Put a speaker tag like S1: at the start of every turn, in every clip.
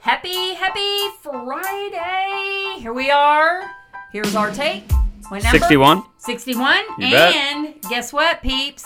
S1: Happy, happy Friday. Here we are. Here's our take. What number?
S2: 61.
S1: 61.
S2: You bet.
S1: and guess what, peeps?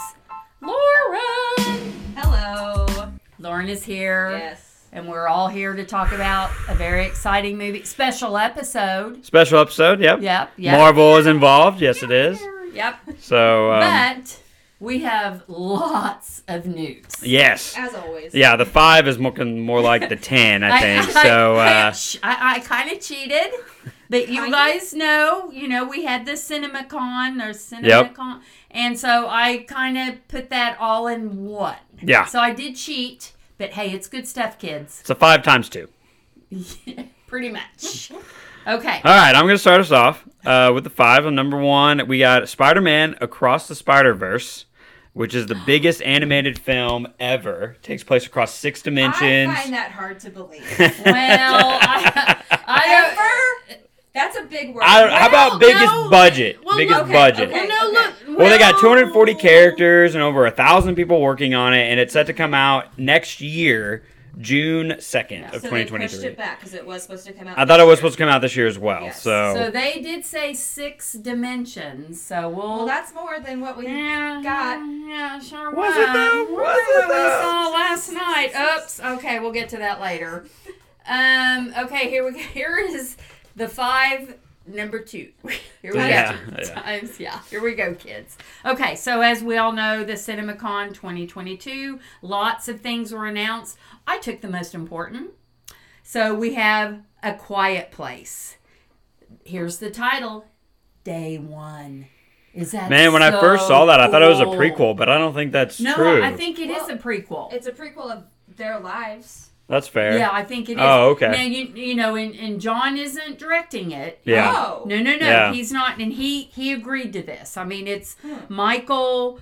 S1: Lauren.
S3: Hello.
S1: Lauren is here.
S3: Yes.
S1: And we're all here to talk about a very exciting movie, special episode.
S2: Special episode, yep.
S1: Yep, yep.
S2: Marvel is involved, yes it is.
S1: Yep.
S2: So, um,
S1: but we have lots of news.
S2: yes.
S3: As always.
S2: Yeah, the five is looking more like the 10, I think. so, uh,
S1: I, I kind of cheated, but you
S3: Kinda?
S1: guys know, you know, we had the CinemaCon or
S2: Yep.
S1: CinemaCon, and so I kind of put that all in one.
S2: Yeah.
S1: So I did cheat, but hey, it's good stuff, kids.
S2: it's a five times two.
S1: Pretty much. Okay.
S2: All right, I'm going to start us off uh, with the five. On number one, we got Spider Man Across the Spider Verse, which is the biggest animated film ever. takes place across six dimensions.
S3: I find that hard to believe.
S1: Well, I, I don't.
S3: Ever? That's a big word.
S2: I don't- how about
S1: Well,
S2: biggest
S1: no,
S2: budget?
S1: well,
S2: biggest
S3: okay,
S2: budget.
S3: okay.
S1: Well, no, look.
S2: Well, they got 240
S1: well,
S2: characters and over a thousand people working on it, and it's set to come out next year, June 2nd of
S3: so they pushed
S2: 2023.
S3: it back because it was supposed to come out.
S2: I thought it was
S3: this year.
S2: supposed to come out this year as well.
S3: Yes.
S2: So,
S1: So they did say six dimensions, so we'll.
S3: Well, that's more than what we.
S1: Yeah,
S3: got-
S1: Yeah, sure
S2: Was it though? Was it
S1: Remember
S2: though?
S1: um, We saw last night. Oops. Okay, we'll get to that later. Um. Okay. Here we go. Here is the five number two. Here we
S2: Yeah,
S1: go.
S2: yeah.
S1: Times. Yeah. Here we go, kids. Okay. So as we all know, the CinemaCon 2022. Lots of things were announced. I took the most important. So we have a quiet place. Here's the title. Day one. Is that
S2: man, when I
S1: so
S2: first saw that, I thought it was a
S1: cool?
S2: prequel, but I don't think that's
S1: No,
S2: true.
S1: I think it is a
S3: Well,
S1: prequel.
S3: It's a prequel of their lives.
S2: that's fair.
S1: Yeah, I think it is.
S2: Oh, okay.
S1: Now you you know, and, and John isn't directing it.
S2: Yeah.
S3: Oh.
S1: No, no, no.
S2: Yeah.
S1: He's not, and he he agreed to this. I mean, it's
S3: Hmm.
S1: Michael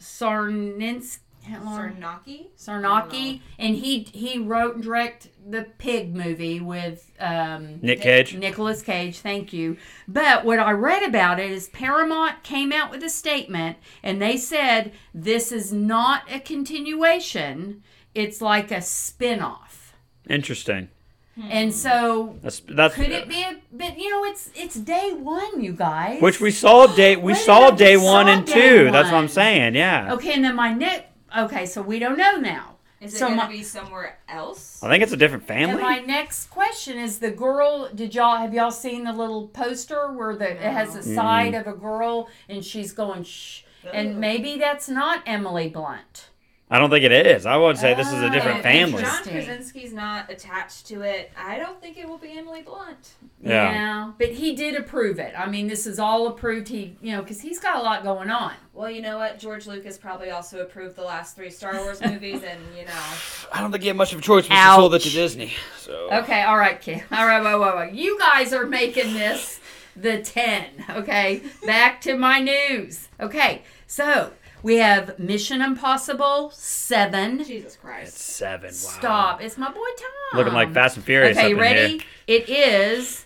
S1: Sarnins
S3: Sarnaki?
S1: Sarnaki, and he he wrote and directed the Pig movie with um,
S2: Nick Cage.
S1: Nicholas Cage, thank you. But what I read about it is Paramount came out with a statement and they said this is not a continuation, it's like a spin off.
S2: Interesting.
S3: Hmm.
S1: And so
S2: That's, that's
S1: could it be a but you know it's it's day 1 you guys.
S2: which we saw day
S1: Wait
S2: we
S1: a
S2: saw
S1: minute, we
S2: day
S1: saw
S2: one and
S1: day
S2: two. That's what
S1: one.
S2: I'm saying. Yeah,
S1: Okay, and then my next Okay, so we don't know now.
S3: Is it
S1: so
S3: going to
S1: my,
S3: be somewhere else?
S2: I think it's a different
S1: And
S2: family.
S1: my next question is the girl. Did y'all have y'all seen the little poster where the it has a side of a girl and she's going shh, and
S3: Ugh.
S1: maybe that's not Emily Blunt.
S2: I don't think it is. I would say this is
S1: Ah.
S2: a
S3: And
S2: different
S3: if
S2: family.
S3: John
S1: Interesting.
S3: Krasinski's not attached to it. I don't think it will be Emily Blunt.
S2: Yeah.
S1: but he did approve it. I mean, this is all approved. He, you know, because he's got a lot going on.
S3: Well, you know what? George Lucas probably also approved the last three Star Wars movies, and you know.
S2: I don't think he had much of a choice
S1: when she sold it to Ouch.
S2: Disney. So
S1: Okay, all right, kid. All right, whoa, whoa, whoa. You guys are making this the 10. Okay, back to my news. Okay, so we have Mission Impossible 7.
S3: Jesus Christ.
S2: seven. Wow.
S1: Stop. It's my boy Tom.
S2: Looking like Fast and Furious.
S1: Okay,
S2: up in
S1: ready?
S2: Here.
S1: It is.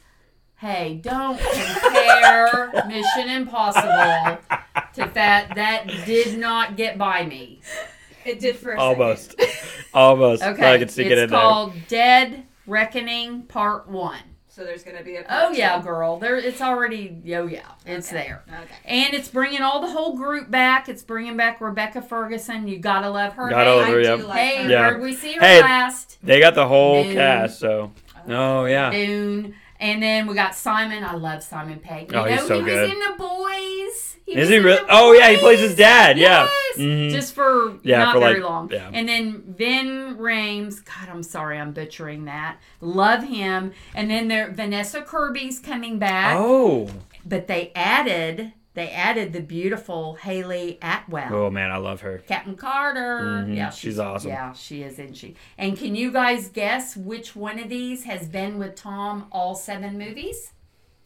S1: Hey, don't compare Mission Impossible to that. That did not get by me.
S3: It did for a
S2: Almost.
S3: second.
S2: Almost.
S1: Okay,
S2: I can see
S1: it's
S2: it in
S1: called Dead Reckoning Part One.
S3: So there's going to be a.
S1: Oh
S3: part
S1: yeah,
S3: two.
S1: girl. There, it's already. Oh yeah, it's there.
S3: Okay.
S1: And it's bringing all the whole group back. It's bringing back Rebecca Ferguson. You gotta love her.
S2: Gotta
S1: hey,
S2: love her, yeah.
S3: Hey,
S1: Hey,
S2: Yeah.
S1: where'd we see her
S2: Hey.
S1: last?
S2: there. They got the whole
S1: Dude.
S2: cast. So. Oh yeah.
S1: Dune. And then we got Simon. I love Simon Pegg. You
S2: Oh,
S1: know,
S2: he's so
S1: he
S2: good.
S1: was in the boys.
S2: Is
S1: was
S2: he
S1: in
S2: really?
S1: The
S2: Oh yeah, he plays his
S1: Boys.
S2: dad. Yeah.
S1: Yes.
S2: Mhm.
S1: Just for
S2: Yeah,
S1: not
S2: for,
S1: very
S2: like-
S1: long.
S2: yeah.
S1: And then Vin Rames. God, I'm sorry, I'm butchering that. Love him. And then there Vanessa Kirby's coming back.
S2: Oh.
S1: But they added they added the beautiful Haley Atwell.
S2: Oh man, I love her.
S1: Captain Carter.
S2: Mhm,
S1: Yeah,
S2: she's awesome.
S1: Yeah, she is, isn't she? And can you guys guess which one of these has been with Tom all seven movies?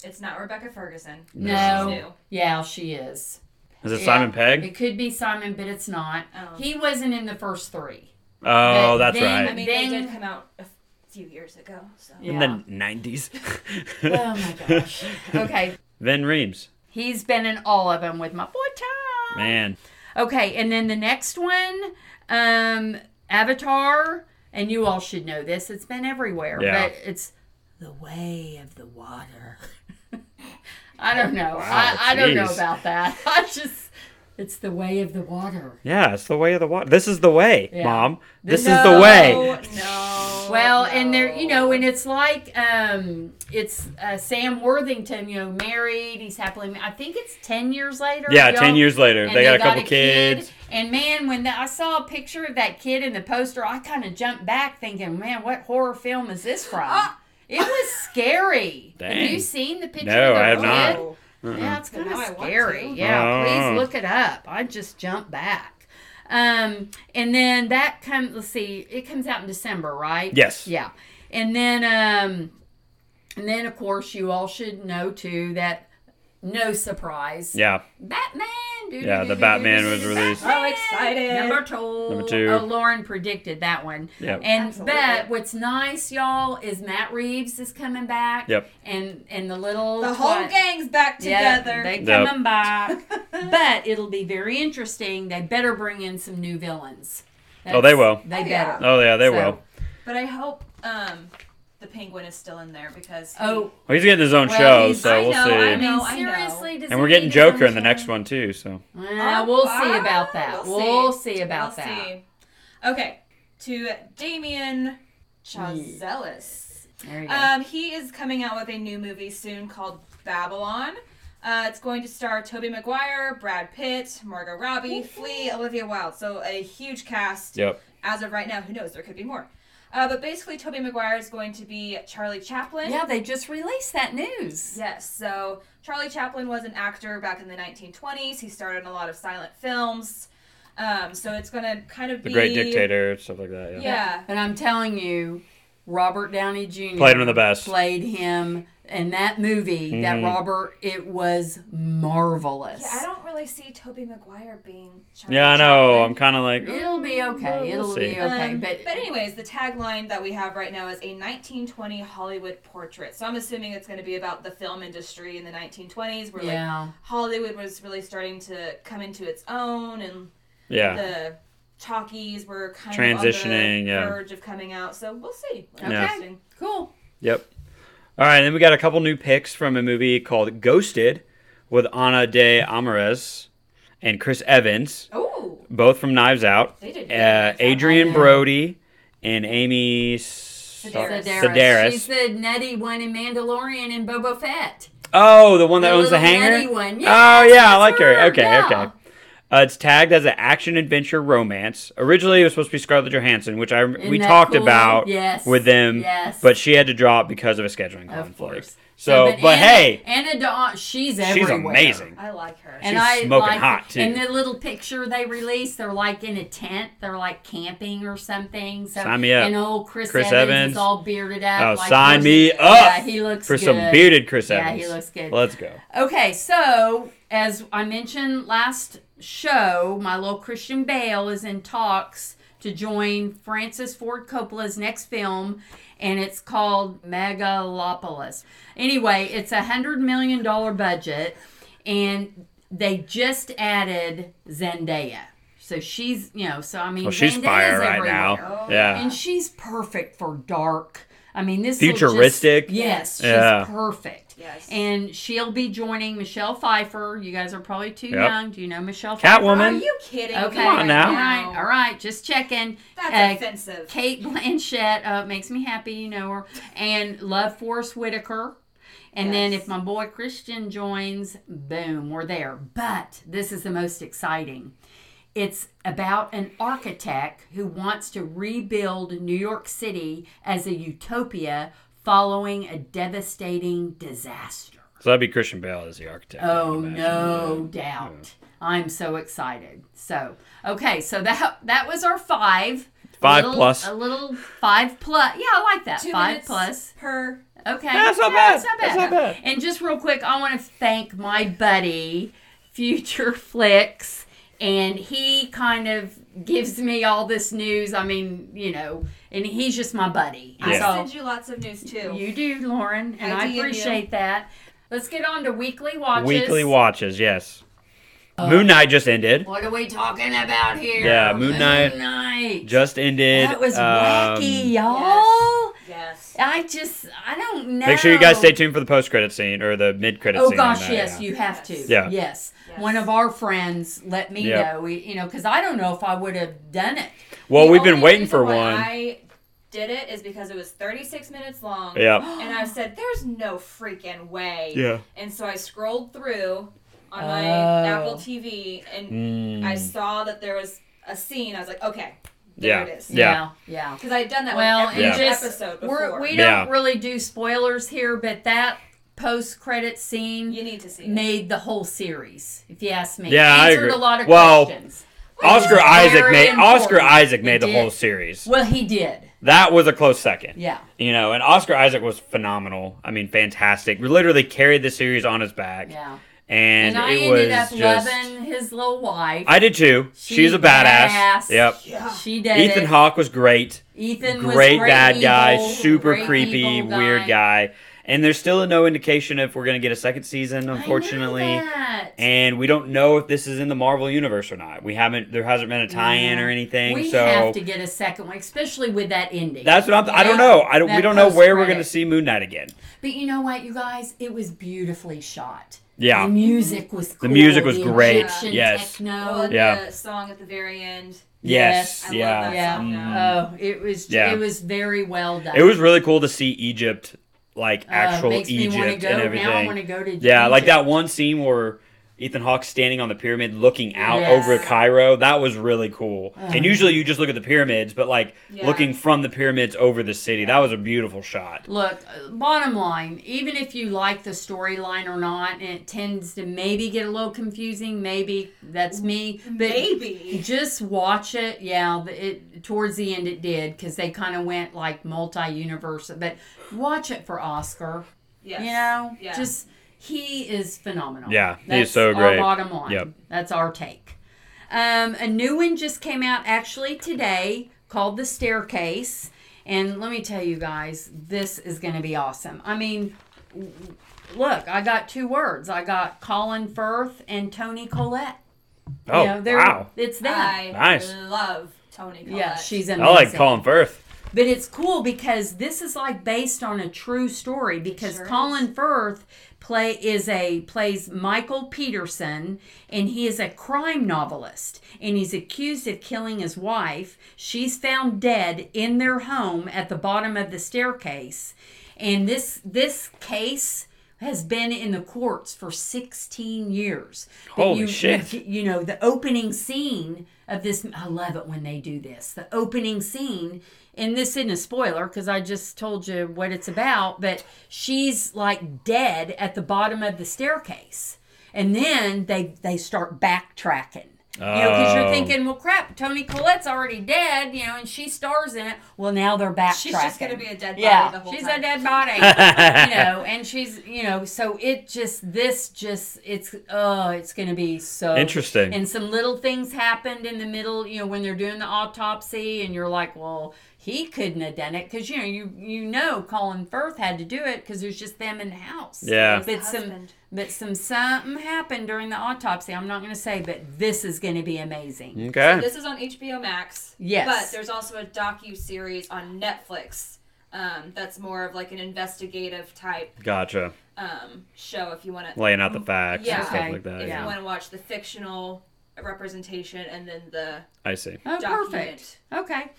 S3: It's not Rebecca Ferguson.
S1: No.
S3: She's new.
S1: Yeah, she is.
S2: Is it
S1: Yeah.
S2: Simon Pegg?
S1: It could be Simon, but it's not.
S3: Oh.
S1: He wasn't in the first three.
S2: Oh, that's
S1: Vin-
S3: I
S2: right.
S3: mean,
S1: Then-
S3: they did come out a few years ago. So.
S1: Yeah.
S2: In the nineties.
S1: Oh my gosh. Okay,
S2: Vin Reams.
S1: he's been in all of them with my boy Tom.
S2: Man.
S1: Okay, and then the next one, um, Avatar. and you all should know this. It's been everywhere,
S2: Yeah.
S1: but it's the way of the water. I don't know.
S2: Wow,
S1: I, I don't know
S2: jeez.
S1: about that. I just, it's the way of the water.
S2: Yeah, it's the way of the water. This is the way,
S1: Yeah.
S2: Mom. This is the
S1: No.
S2: way.
S3: No.
S1: Well,
S3: no.
S1: and there, you know, and it's like, um, it's uh, Sam Worthington, you know, married. He's happily, ma- I think it's 10 years later.
S2: Yeah,
S1: y'all-
S2: ten years later, they,
S1: and
S2: got a couple kids.
S1: Kid, and man, when the, I saw a picture of that kid in the poster, I kind of jumped back thinking, man, what horror film is this from?
S3: Ah.
S1: it was scary. Have
S2: Dang.
S1: you seen the picture
S2: No,
S1: of the
S2: I have
S1: kid?
S2: not.
S3: No.
S1: Yeah, it's
S3: But
S1: kind of
S3: now I want
S1: scary.
S3: to.
S1: Yeah,
S2: Oh.
S1: please look it up. I just jumped back. Um, and then that comes. Let's see, it comes out in December, right?
S2: Yes.
S1: Yeah, and then um, and then of course you all should know too that no surprise,
S2: Yeah,
S1: Batman. doo-
S2: Yeah,
S1: doo-
S2: the
S1: doo-
S2: Batman
S1: doo-
S2: was
S1: doo-
S2: released.
S1: Batman.
S3: Oh, excited.
S1: Number two.
S2: Number two.
S1: Oh, Lauren predicted that one.
S2: Yep.
S1: And
S3: Absolutely.
S1: but what's nice, y'all, is Matt Reeves is coming back.
S2: Yep.
S1: And and the little
S3: The whole
S1: what-
S3: gang's back
S1: yeah,
S3: together.
S1: they
S2: Yep.
S1: coming back. but it'll be very interesting. They better bring in some new villains.
S2: Oh, they will.
S1: They
S3: Oh, yeah.
S1: better.
S2: Oh yeah, they
S1: So-
S2: will.
S3: but I hope um, the penguin is still in there because. he-
S1: Oh,
S2: Well, he's getting his own
S1: Well,
S2: show,
S1: he's-
S2: so
S3: I
S2: we'll
S3: know,
S2: see.
S1: I
S3: I
S1: mean,
S3: know, I know.
S1: seriously, does
S2: and
S1: it
S2: we're
S1: need
S2: getting
S1: his own
S2: Joker in the
S1: show?
S2: next one too. So
S1: Well, we'll see
S3: Oh, Ah,
S1: about that. We'll, see, about
S3: We'll
S1: that.
S3: see. Okay, to Damien Chazelis.
S1: There you go.
S3: Um, he is coming out with a new movie soon called Babylon. Uh, it's going to star Toby Maguire, Brad Pitt, Margot Robbie, Flea, Olivia Wilde. So a huge cast.
S2: yep,
S3: As of right now, who knows? There could be more. Uh, but basically, Toby Maguire is going to be Charlie Chaplin.
S1: yeah, they just released that news.
S3: Yes. So Charlie Chaplin was an actor back in the 1920s. He starred in a lot of silent films. Um, so it's going to kind of
S2: the
S3: be
S2: Great Dictator, stuff like that. Yeah.
S3: Yeah.
S1: And I'm telling you, Robert Downey Jr.
S2: Played him the best.
S1: Played him in that movie. That
S2: Mhm.
S1: Robert, it was marvelous.
S3: Yeah, I don't really see Toby Maguire being. Charlie
S2: Yeah, I know. I'm
S3: Chaplin.
S2: kind of like "Ooh."
S1: It'll be okay.
S2: We'll
S1: It'll
S2: see.
S1: be okay.
S3: Um,
S1: but,
S3: anyways, the tagline that we have right now is a 1920 Hollywood portrait. So I'm assuming it's going to be about the film industry in the 1920s, where like
S1: yeah,
S3: Hollywood was really starting to come into its own and
S2: yeah,
S3: the talkies were kind
S2: Transitioning,
S3: of on the
S2: yeah.
S3: verge of coming out. So we'll see.
S2: Yeah.
S3: Interesting.
S1: cool.
S2: yep. All right, then we got a couple new picks from a movie called Ghosted with Ana de Armas and Chris Evans,
S3: Oh,
S2: both from Knives Out.
S3: they did.
S2: Uh, Adrian
S1: Yeah.
S2: Brody and Amy
S3: Sedaris.
S2: Sedaris.
S1: Sedaris. She's the nutty one in Mandalorian and Boba Fett.
S2: Oh, the one that
S1: The
S2: owns the
S1: little
S2: hangar.
S1: nutty one.
S2: oh
S1: Yes,
S2: yeah, I
S1: that's
S2: like her.
S1: her.
S2: Okay,
S1: Yeah.
S2: okay. Uh, it's tagged as an action adventure romance. Originally, it was supposed to be Scarlett Johansson, which I we
S1: that
S2: talked
S1: cool?
S2: about
S1: Yes.
S2: with them,
S1: Yes.
S2: but she had to drop because of a scheduling conflict.
S1: Of course.
S2: So, but,
S1: Anna,
S2: hey,
S1: Anna Dawn, she's
S2: she's
S1: everywhere.
S2: amazing.
S3: I like her.
S1: And
S2: She's
S1: I
S2: smoking
S1: like,
S2: hot, too.
S1: And the little picture they released, they're like in a tent. They're like camping or something. So,
S2: Sign me up.
S1: And old Chris,
S2: Chris
S1: Evans,
S2: Evans.
S1: is all bearded up.
S2: Oh,
S1: like
S2: sign
S1: Chris-
S2: me up
S1: Yeah, he looks
S2: for
S1: good.
S2: some bearded Chris
S1: Yeah,
S2: Evans.
S1: he looks good.
S2: Let's go.
S1: Okay, so as I mentioned last show, my little Christian Bale is in talks to join Francis Ford Coppola's next film, and it's called Megalopolis. Anyway, it's a hundred million dollar budget, and they just added Zendaya. So she's, you know, so I mean,
S2: Well, Oh, she's
S1: Zendaya's
S2: fire right
S1: everywhere. Oh,
S2: now. yeah.
S1: And she's perfect for dark. I mean, this
S2: Futuristic?
S1: Just, yes, she's
S2: Yeah.
S1: perfect.
S3: Yes.
S1: And she'll be joining Michelle Pfeiffer. You guys are probably too
S2: Yep.
S1: young. Do you know Michelle Pfeiffer?
S3: Are
S2: Catwoman.
S3: you kidding?
S1: Okay.
S3: me
S2: Come
S3: right
S2: on now.
S1: All right. All right. Just checking. Uh,
S3: That's offensive.
S1: Kate Blanchett uh, makes me happy, you know her, and Love Force Whitaker. And then
S3: Yes.
S1: if my boy Christian joins, boom, we're there. But this is the most exciting. It's about an architect who wants to rebuild New York City as a utopia following a devastating disaster.
S2: So that'd be Christian Bale as the architect. I
S1: Oh
S2: would imagine.
S1: no doubt. I'm so excited. So okay, so that that was our five.
S2: Five
S1: a little,
S2: plus.
S1: A little five plus. Yeah, I like that.
S3: Two
S1: five
S3: minutes
S1: plus.
S3: per.
S1: Okay.
S2: Yeah, that's not
S1: Yeah,
S2: bad.
S1: That's not bad.
S2: That's not bad.
S1: And just real quick, I want to thank my buddy, Future Flicks, and he kind of gives me all this news. I mean, you know, and he's just my buddy. And
S3: I
S1: so-
S3: send you lots of news too.
S1: you do, Lauren, and
S3: I
S1: I,
S3: DM you.
S1: appreciate that. Let's get on to weekly watches. Oh.
S2: Weekly watches, yes. Moon Knight just ended.
S1: What are we talking about here?
S2: Yeah, Moon Knight.
S1: Knight.
S2: Just ended.
S1: that was
S2: um,
S1: wacky, y'all.
S3: Yes.
S1: I just, I don't know.
S2: Make sure you guys stay tuned for the post-credit scene or the mid-credit
S1: Oh
S2: scene. on
S1: gosh,
S2: that,
S1: yes,
S2: yeah.
S1: you have to.
S2: Yeah.
S1: Yes.
S3: Yes.
S1: One of our friends let me
S2: Yeah.
S1: know, you know, because I don't know if I would have done it.
S2: Well,
S3: The
S2: we've been
S3: only
S2: waiting
S3: reason
S2: for
S3: why
S2: one.
S3: I did it is because it was 36 minutes long.
S2: yeah.
S3: And I said, there's no freaking way.
S2: Yeah.
S3: And so I scrolled through on my
S1: Oh.
S3: Apple TV and
S2: Mm.
S3: I saw that there was a scene. I was like, okay,
S2: yeah.
S3: there it is.
S2: Yeah.
S1: Yeah.
S3: Because I had done that
S1: Well,
S3: with every
S2: and
S1: just-
S3: episode
S1: We're,
S3: before.
S1: we
S2: Yeah.
S1: don't really do spoilers here, but that post credit scene
S3: you need to see it.
S1: made the whole series, if you ask me.
S2: Yeah, I
S1: Answered
S2: agree.
S1: a lot of
S2: Well,
S1: questions.
S2: Oscar
S1: Very
S2: Isaac made Oscar
S1: important.
S2: Isaac
S1: It
S2: made the
S1: did.
S2: whole series.
S1: Well, he did.
S2: That was a close second.
S1: Yeah.
S2: You know, and Oscar Isaac was phenomenal. I mean, fantastic. We literally carried the series on his back.
S1: Yeah.
S2: And,
S1: And, I
S2: it
S1: ended
S2: was
S1: up
S2: just
S1: loving his little wife.
S2: I did too.
S1: She
S2: She's a badass.
S1: badass.
S2: Yep.
S3: Yeah.
S1: she did.
S2: Ethan
S1: it.
S2: Hawke was great.
S1: Ethan was
S2: great bad
S1: evil,
S2: guy, super
S1: great
S2: creepy,
S1: evil
S2: weird guy. And there's still no indication if we're going to get a second season,
S1: I know
S2: unfortunately.
S1: that.
S2: And we don't know if this is in the Marvel universe or not. We haven't. There hasn't been a tie-in
S1: Yeah.
S2: or anything.
S1: Uh, we
S2: so
S1: have to get a second one, especially with that ending.
S2: that's what I'm. I don't
S1: Yeah.
S2: know. I don't. We
S1: That
S2: don't know where we're
S1: post-credit.
S2: going to see Moon Knight again.
S1: But you know what, you guys? It was beautifully shot.
S2: Yeah.
S1: The music was cool.
S2: music was great.
S1: Egyptian
S2: Yes.
S1: Techno.
S3: Oh, and
S2: Yeah.
S3: the song at the very end.
S1: Yes.
S2: Yes.
S3: I love
S2: yeah. Mm.
S3: that
S1: Yeah.
S3: song now.
S1: Oh, it was
S2: Yeah.
S1: it was very well done.
S2: It was really cool to see Egypt, like
S1: Uh,
S2: actual
S1: makes me wanna
S2: Egypt
S1: go.
S2: and everything.
S1: Now I want to go to
S2: Yeah, like
S1: Egypt.
S2: that one scene where Ethan Hawke's standing on the pyramid looking out
S1: Yes.
S2: over Cairo. That was really cool.
S1: Uh-huh.
S2: And usually you just look at the pyramids, but like
S3: Yeah.
S2: looking from the pyramids over the city, that was a beautiful shot.
S1: Look, uh, bottom line, even if you like the storyline or not, and it tends to maybe get a little confusing, maybe that's me, but
S3: Maybe.
S1: just watch it. Yeah, the- it towards the end it did because they kind of went like multi-universe, but watch it for Oscar.
S3: Yes.
S1: You know,
S3: Yeah.
S1: just he is phenomenal.
S2: Yeah, he is
S1: That's
S2: so
S1: Our
S2: great.
S1: bottom line.
S2: Yep.
S1: That's our take. Um, a new one just came out actually today called The Staircase. And let me tell you guys, this is going to be awesome. I mean, w- look, I got two words. I got Colin Firth and Tony Collette. You
S2: Oh,
S1: know, they're-
S2: wow.
S1: It's them.
S3: I
S2: Nice.
S3: love Tony Collette.
S1: yeah, she's amazing.
S2: I like Colin Firth.
S1: But it's cool because this is like based on a true story because
S3: sure
S1: Colin Firth play is a plays Michael Peterson and he is a crime novelist and he's accused of killing his wife. She's found dead in their home at the bottom of the staircase. And this this case has been in the courts for 16 years. But
S2: Holy
S1: you-
S2: shit.
S1: You, you know, the opening scene of this, I love it when they do this. The opening scene, and this isn't a spoiler because I just told you what it's about, but she's like dead at the bottom of the staircase. And then they, they start backtracking. You know, because you're
S2: Oh.
S1: thinking, well, crap, Tony Collette's already dead, you know, and she stars in it. Well, now they're backtracking.
S3: She's just gonna be a dead body
S1: Yeah,
S3: the whole
S1: she's a
S3: time.
S1: dead body. you know, and she's you know, so it just this just it's oh, it's gonna be so
S2: Interesting.
S1: And some little things happened in the middle, you know, when they're doing the autopsy, and you're like, well, he couldn't have done it because you know you you know Colin Firth had to do it because there's just them in the house.
S2: Yeah.
S1: but some
S3: Husband.
S1: but some something happened during the autopsy. I'm not gonna say, but this is gonna be amazing.
S2: Okay.
S3: This is on HBO Max.
S1: Uh, Yes.
S3: But there's also a docu series on Netflix. Um, that's more of like an investigative type
S2: Gotcha.
S3: um, show if you want to
S2: Laying out the facts
S3: Yeah.
S2: and stuff
S1: Okay.
S2: like that.
S3: if
S2: Yeah.
S3: you want to watch the fictional representation and then the
S2: I see.
S1: Oh, perfect.
S3: Document.
S1: Okay.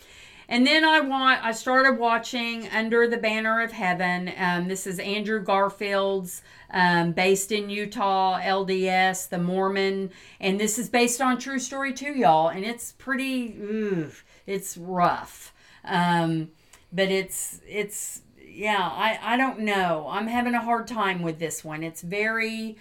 S1: And then I want I started watching Under the Banner of Heaven. Um, this is Andrew Garfield's um, based in Utah LDS, the Mormon, and this is based on true story too, y'all. And it's pretty, oof, it's rough, um, but it's it's yeah. I I don't know. I'm having a hard time with this one. It's very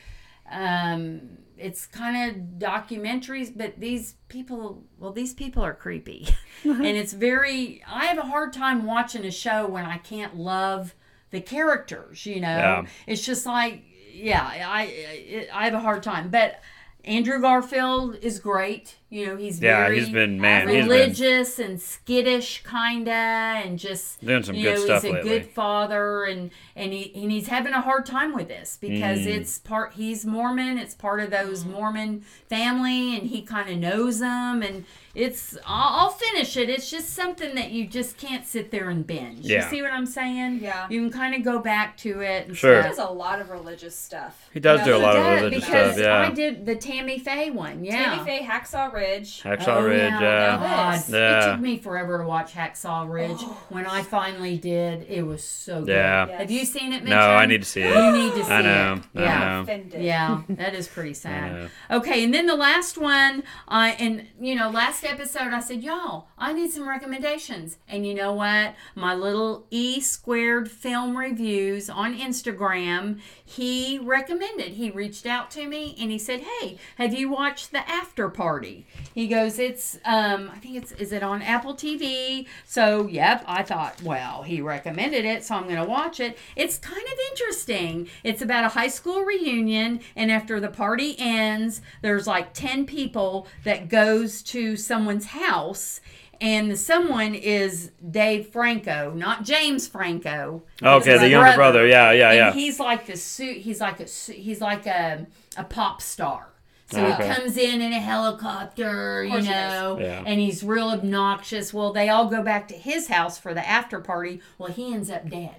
S1: um it's kind of documentaries but these people well these people are creepy and it's very i have a hard time watching a show when i can't love the characters you know
S2: Yeah.
S1: it's just like yeah i i i have a hard time but Andrew Garfield is great. You know, he's
S2: Yeah,
S1: very
S2: he's been- man,
S3: he's been-
S1: religious and skittish kinda and just
S2: Doing some
S1: you
S2: good
S1: know,
S2: stuff
S1: he's a
S2: lately.
S1: good father and and he and he's having a hard time with this
S2: Mm.
S1: because it's part he's Mormon, it's part of those Mormon family and he kind of knows them and it's I'll, I'll finish it. It's just something that you just can't sit there and binge.
S2: Yeah.
S1: You see what I'm saying?
S3: Yeah.
S1: You can kind of go back to it and
S2: Sure.
S3: He
S1: stuff.
S3: does a lot of religious stuff.
S2: He does do a
S1: He
S2: lot of
S1: does,
S2: religious
S1: because
S2: stuff, yeah.
S1: I did the Tammy Faye one. Yeah.
S3: Tammy Faye, Hacksaw Ridge.
S2: Hacksaw
S1: Oh,
S2: Ridge, yeah.
S1: God.
S2: Yeah.
S1: It took me forever to watch Hacksaw Ridge. When I finally did, it was so good.
S2: Yeah.
S3: Yes.
S1: Have you seen it, Mitch?
S2: No, I need to see
S1: You
S2: it.
S1: need to see
S2: I know.
S1: it.
S2: I
S1: yeah.
S2: know.
S3: Offended.
S1: Yeah, that is pretty
S2: know.
S1: sad. Okay, and then the last one, uh, and you know, last episode I said, y'all, I need some recommendations, and you know what? My little E squared film reviews on Instagram, he recommended. He reached out to me and he said, hey, have you watched the After Party? He goes, it's, um, I think it's, is it on Apple TV? So, yep, I thought, well, he recommended it, so I'm going to watch it. It's kind of interesting. It's about a high school reunion, and after the party ends, there's like 10 people that goes to someone's house, and the someone is Dave Franco, not James Franco.
S2: Okay,
S1: His
S2: the younger brother. Yeah, yeah,
S1: And
S2: yeah.
S1: he's like the suit. He's like a su- he's like a a pop star. So
S2: Ah, Okay.
S1: he comes in in a helicopter, you
S3: course he
S1: know,
S2: is. Yeah.
S1: and he's real obnoxious. Well, they all go back to his house for the after party. Well, he ends up dead.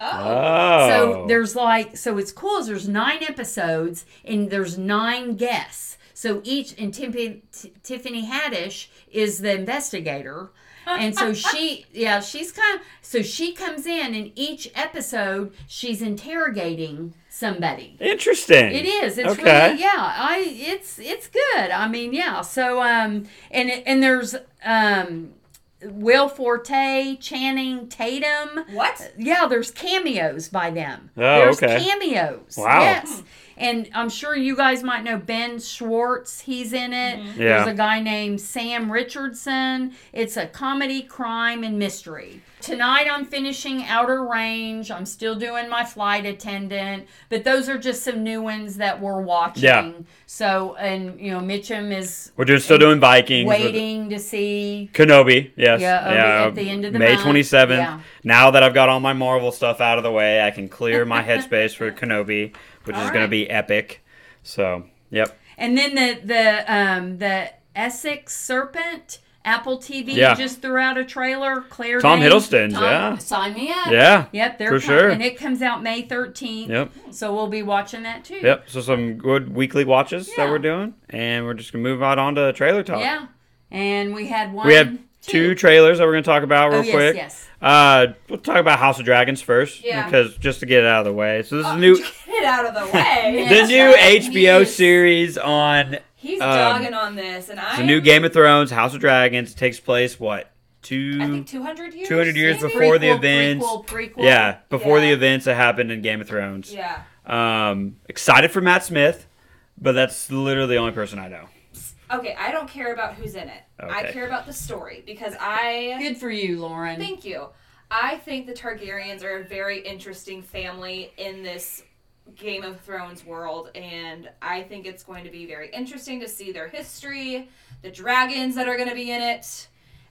S3: Oh.
S2: oh.
S1: So there's like so it's cool is there's nine episodes and there's nine guests. So each and Timpi, T- Tiffany Haddish is the investigator. And so she yeah, she's kind of, so she comes in and each episode she's interrogating somebody.
S2: Interesting.
S1: It is. It's
S2: Okay.
S1: really yeah. I it's it's good. I mean yeah. So um and it- and there's um Will Forte, Channing Tatum,
S3: What?
S1: yeah, there's cameos by them.
S2: Oh,
S1: there's
S2: okay.
S1: cameos.
S2: Wow.
S1: Yes. And I'm sure you guys might know Ben Schwartz. He's in it.
S2: Yeah.
S1: There's a guy named Sam Richardson. It's a comedy, crime, and mystery. Tonight I'm finishing Outer Range. I'm still doing my flight attendant. But those are just some new ones that we're watching.
S2: Yeah.
S1: So, and, you know, Mitchum is
S2: We're just still doing Vikings. with-
S1: waiting to see.
S2: Kenobi, yes.
S1: Yeah, Obi- at the end of the
S2: May
S1: month.
S2: 27th.
S1: Yeah.
S2: Now that I've got all my Marvel stuff out of the way, I can clear my headspace for Kenobi, which is
S1: All
S2: going to
S1: right.
S2: be epic. So, yep.
S1: And then the the um the Essex Serpent Apple TV
S2: Yeah.
S1: just threw out a trailer. Claire
S2: Tom
S1: Danes-
S2: Hiddleston's, yeah.
S1: sign me up.
S2: Yeah.
S1: Yep, they're
S2: For
S1: com-
S2: sure.
S1: and it comes out May thirteenth.
S2: Yep.
S1: So we'll be watching that too.
S2: Yep. So, some good weekly watches that
S1: Yeah.
S2: we're doing. And we're just going to move right on to trailer talk.
S1: Yeah. And we had one.
S2: We have two trailers that we're going to talk about real
S1: Oh, yes,
S2: quick.
S1: yes.
S2: Uh, we'll talk about House of Dragons first,
S3: Yeah.
S2: because just to get it out of the way. So
S1: Oh,
S2: this is new,
S3: Get out of the way.
S2: the new HBO
S1: Yes.
S2: series on
S3: He's
S2: Um,
S3: dogging on this, and I.
S2: the new Game of Thrones, House of Dragons takes place what two?
S3: I think 200 years.
S2: 200 years
S3: maybe?
S2: before the
S1: Prequel,
S2: events.
S1: Prequel, prequel.
S2: yeah, before the
S3: Yeah.
S2: events that happened in Game of Thrones.
S3: Yeah.
S2: Um, excited for Matt Smith, but that's literally the only person I know.
S3: Okay, I don't care about who's in it.
S2: Okay.
S3: I care about the story because I.
S1: Good for you, Lauren.
S3: Thank you. I think the Targaryens are a very interesting family in this Game of Thrones world, and I think it's going to be very interesting to see their history, the dragons that are going to be in it.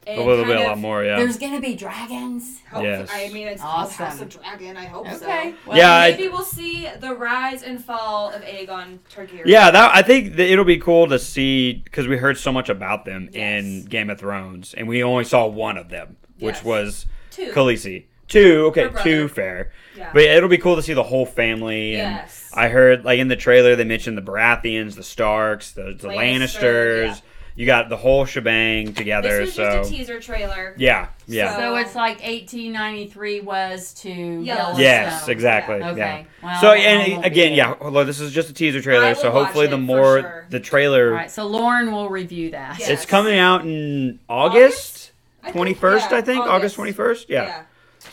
S3: And
S2: A little
S3: kind
S2: bit, a
S3: of-
S2: lot more. Yeah.
S1: There's gonna be dragons.
S3: Hope,
S2: Yes.
S3: I mean, it's called
S1: Awesome.
S3: House of Dragon. I hope
S1: Okay.
S3: so.
S1: Well,
S2: Yeah, I-
S3: Maybe we'll see the rise and fall of Aegon Targaryen.
S2: Yeah, that I think that it'll be cool to see because we heard so much about them in
S3: Yes.
S2: Game of Thrones, and we only saw one of them, which
S3: Yes.
S2: was
S3: Two.
S2: Khaleesi. Two, okay,
S3: Her brother.
S2: two, fair.
S3: Yeah.
S2: But it'll be cool to see the whole family. And
S3: Yes.
S2: I heard like in the trailer they mentioned the Baratheons, the Starks, the, the
S3: Lannister,
S2: Lannisters.
S3: yeah.
S2: You got the whole shebang
S3: this
S2: together.
S3: was
S2: so
S3: just a teaser trailer.
S2: yeah, yeah,
S3: So-
S1: So it's like 1893 was to Yellowstone.
S2: yes, exactly.
S1: Okay.
S2: Yeah.
S1: Well,
S2: so
S1: I won't
S2: and
S1: be
S2: again,
S1: there.
S2: yeah. Although this is just a teaser trailer, so
S3: will watch
S2: hopefully the
S3: it for
S2: more
S3: sure.
S2: the trailer.
S1: All right. So Lauren will review that.
S3: Yeah.
S2: It's
S3: Yes.
S2: coming out in August
S3: I think-
S2: twenty first,
S3: yeah,
S2: I think. August twenty first. Yeah.
S3: yeah.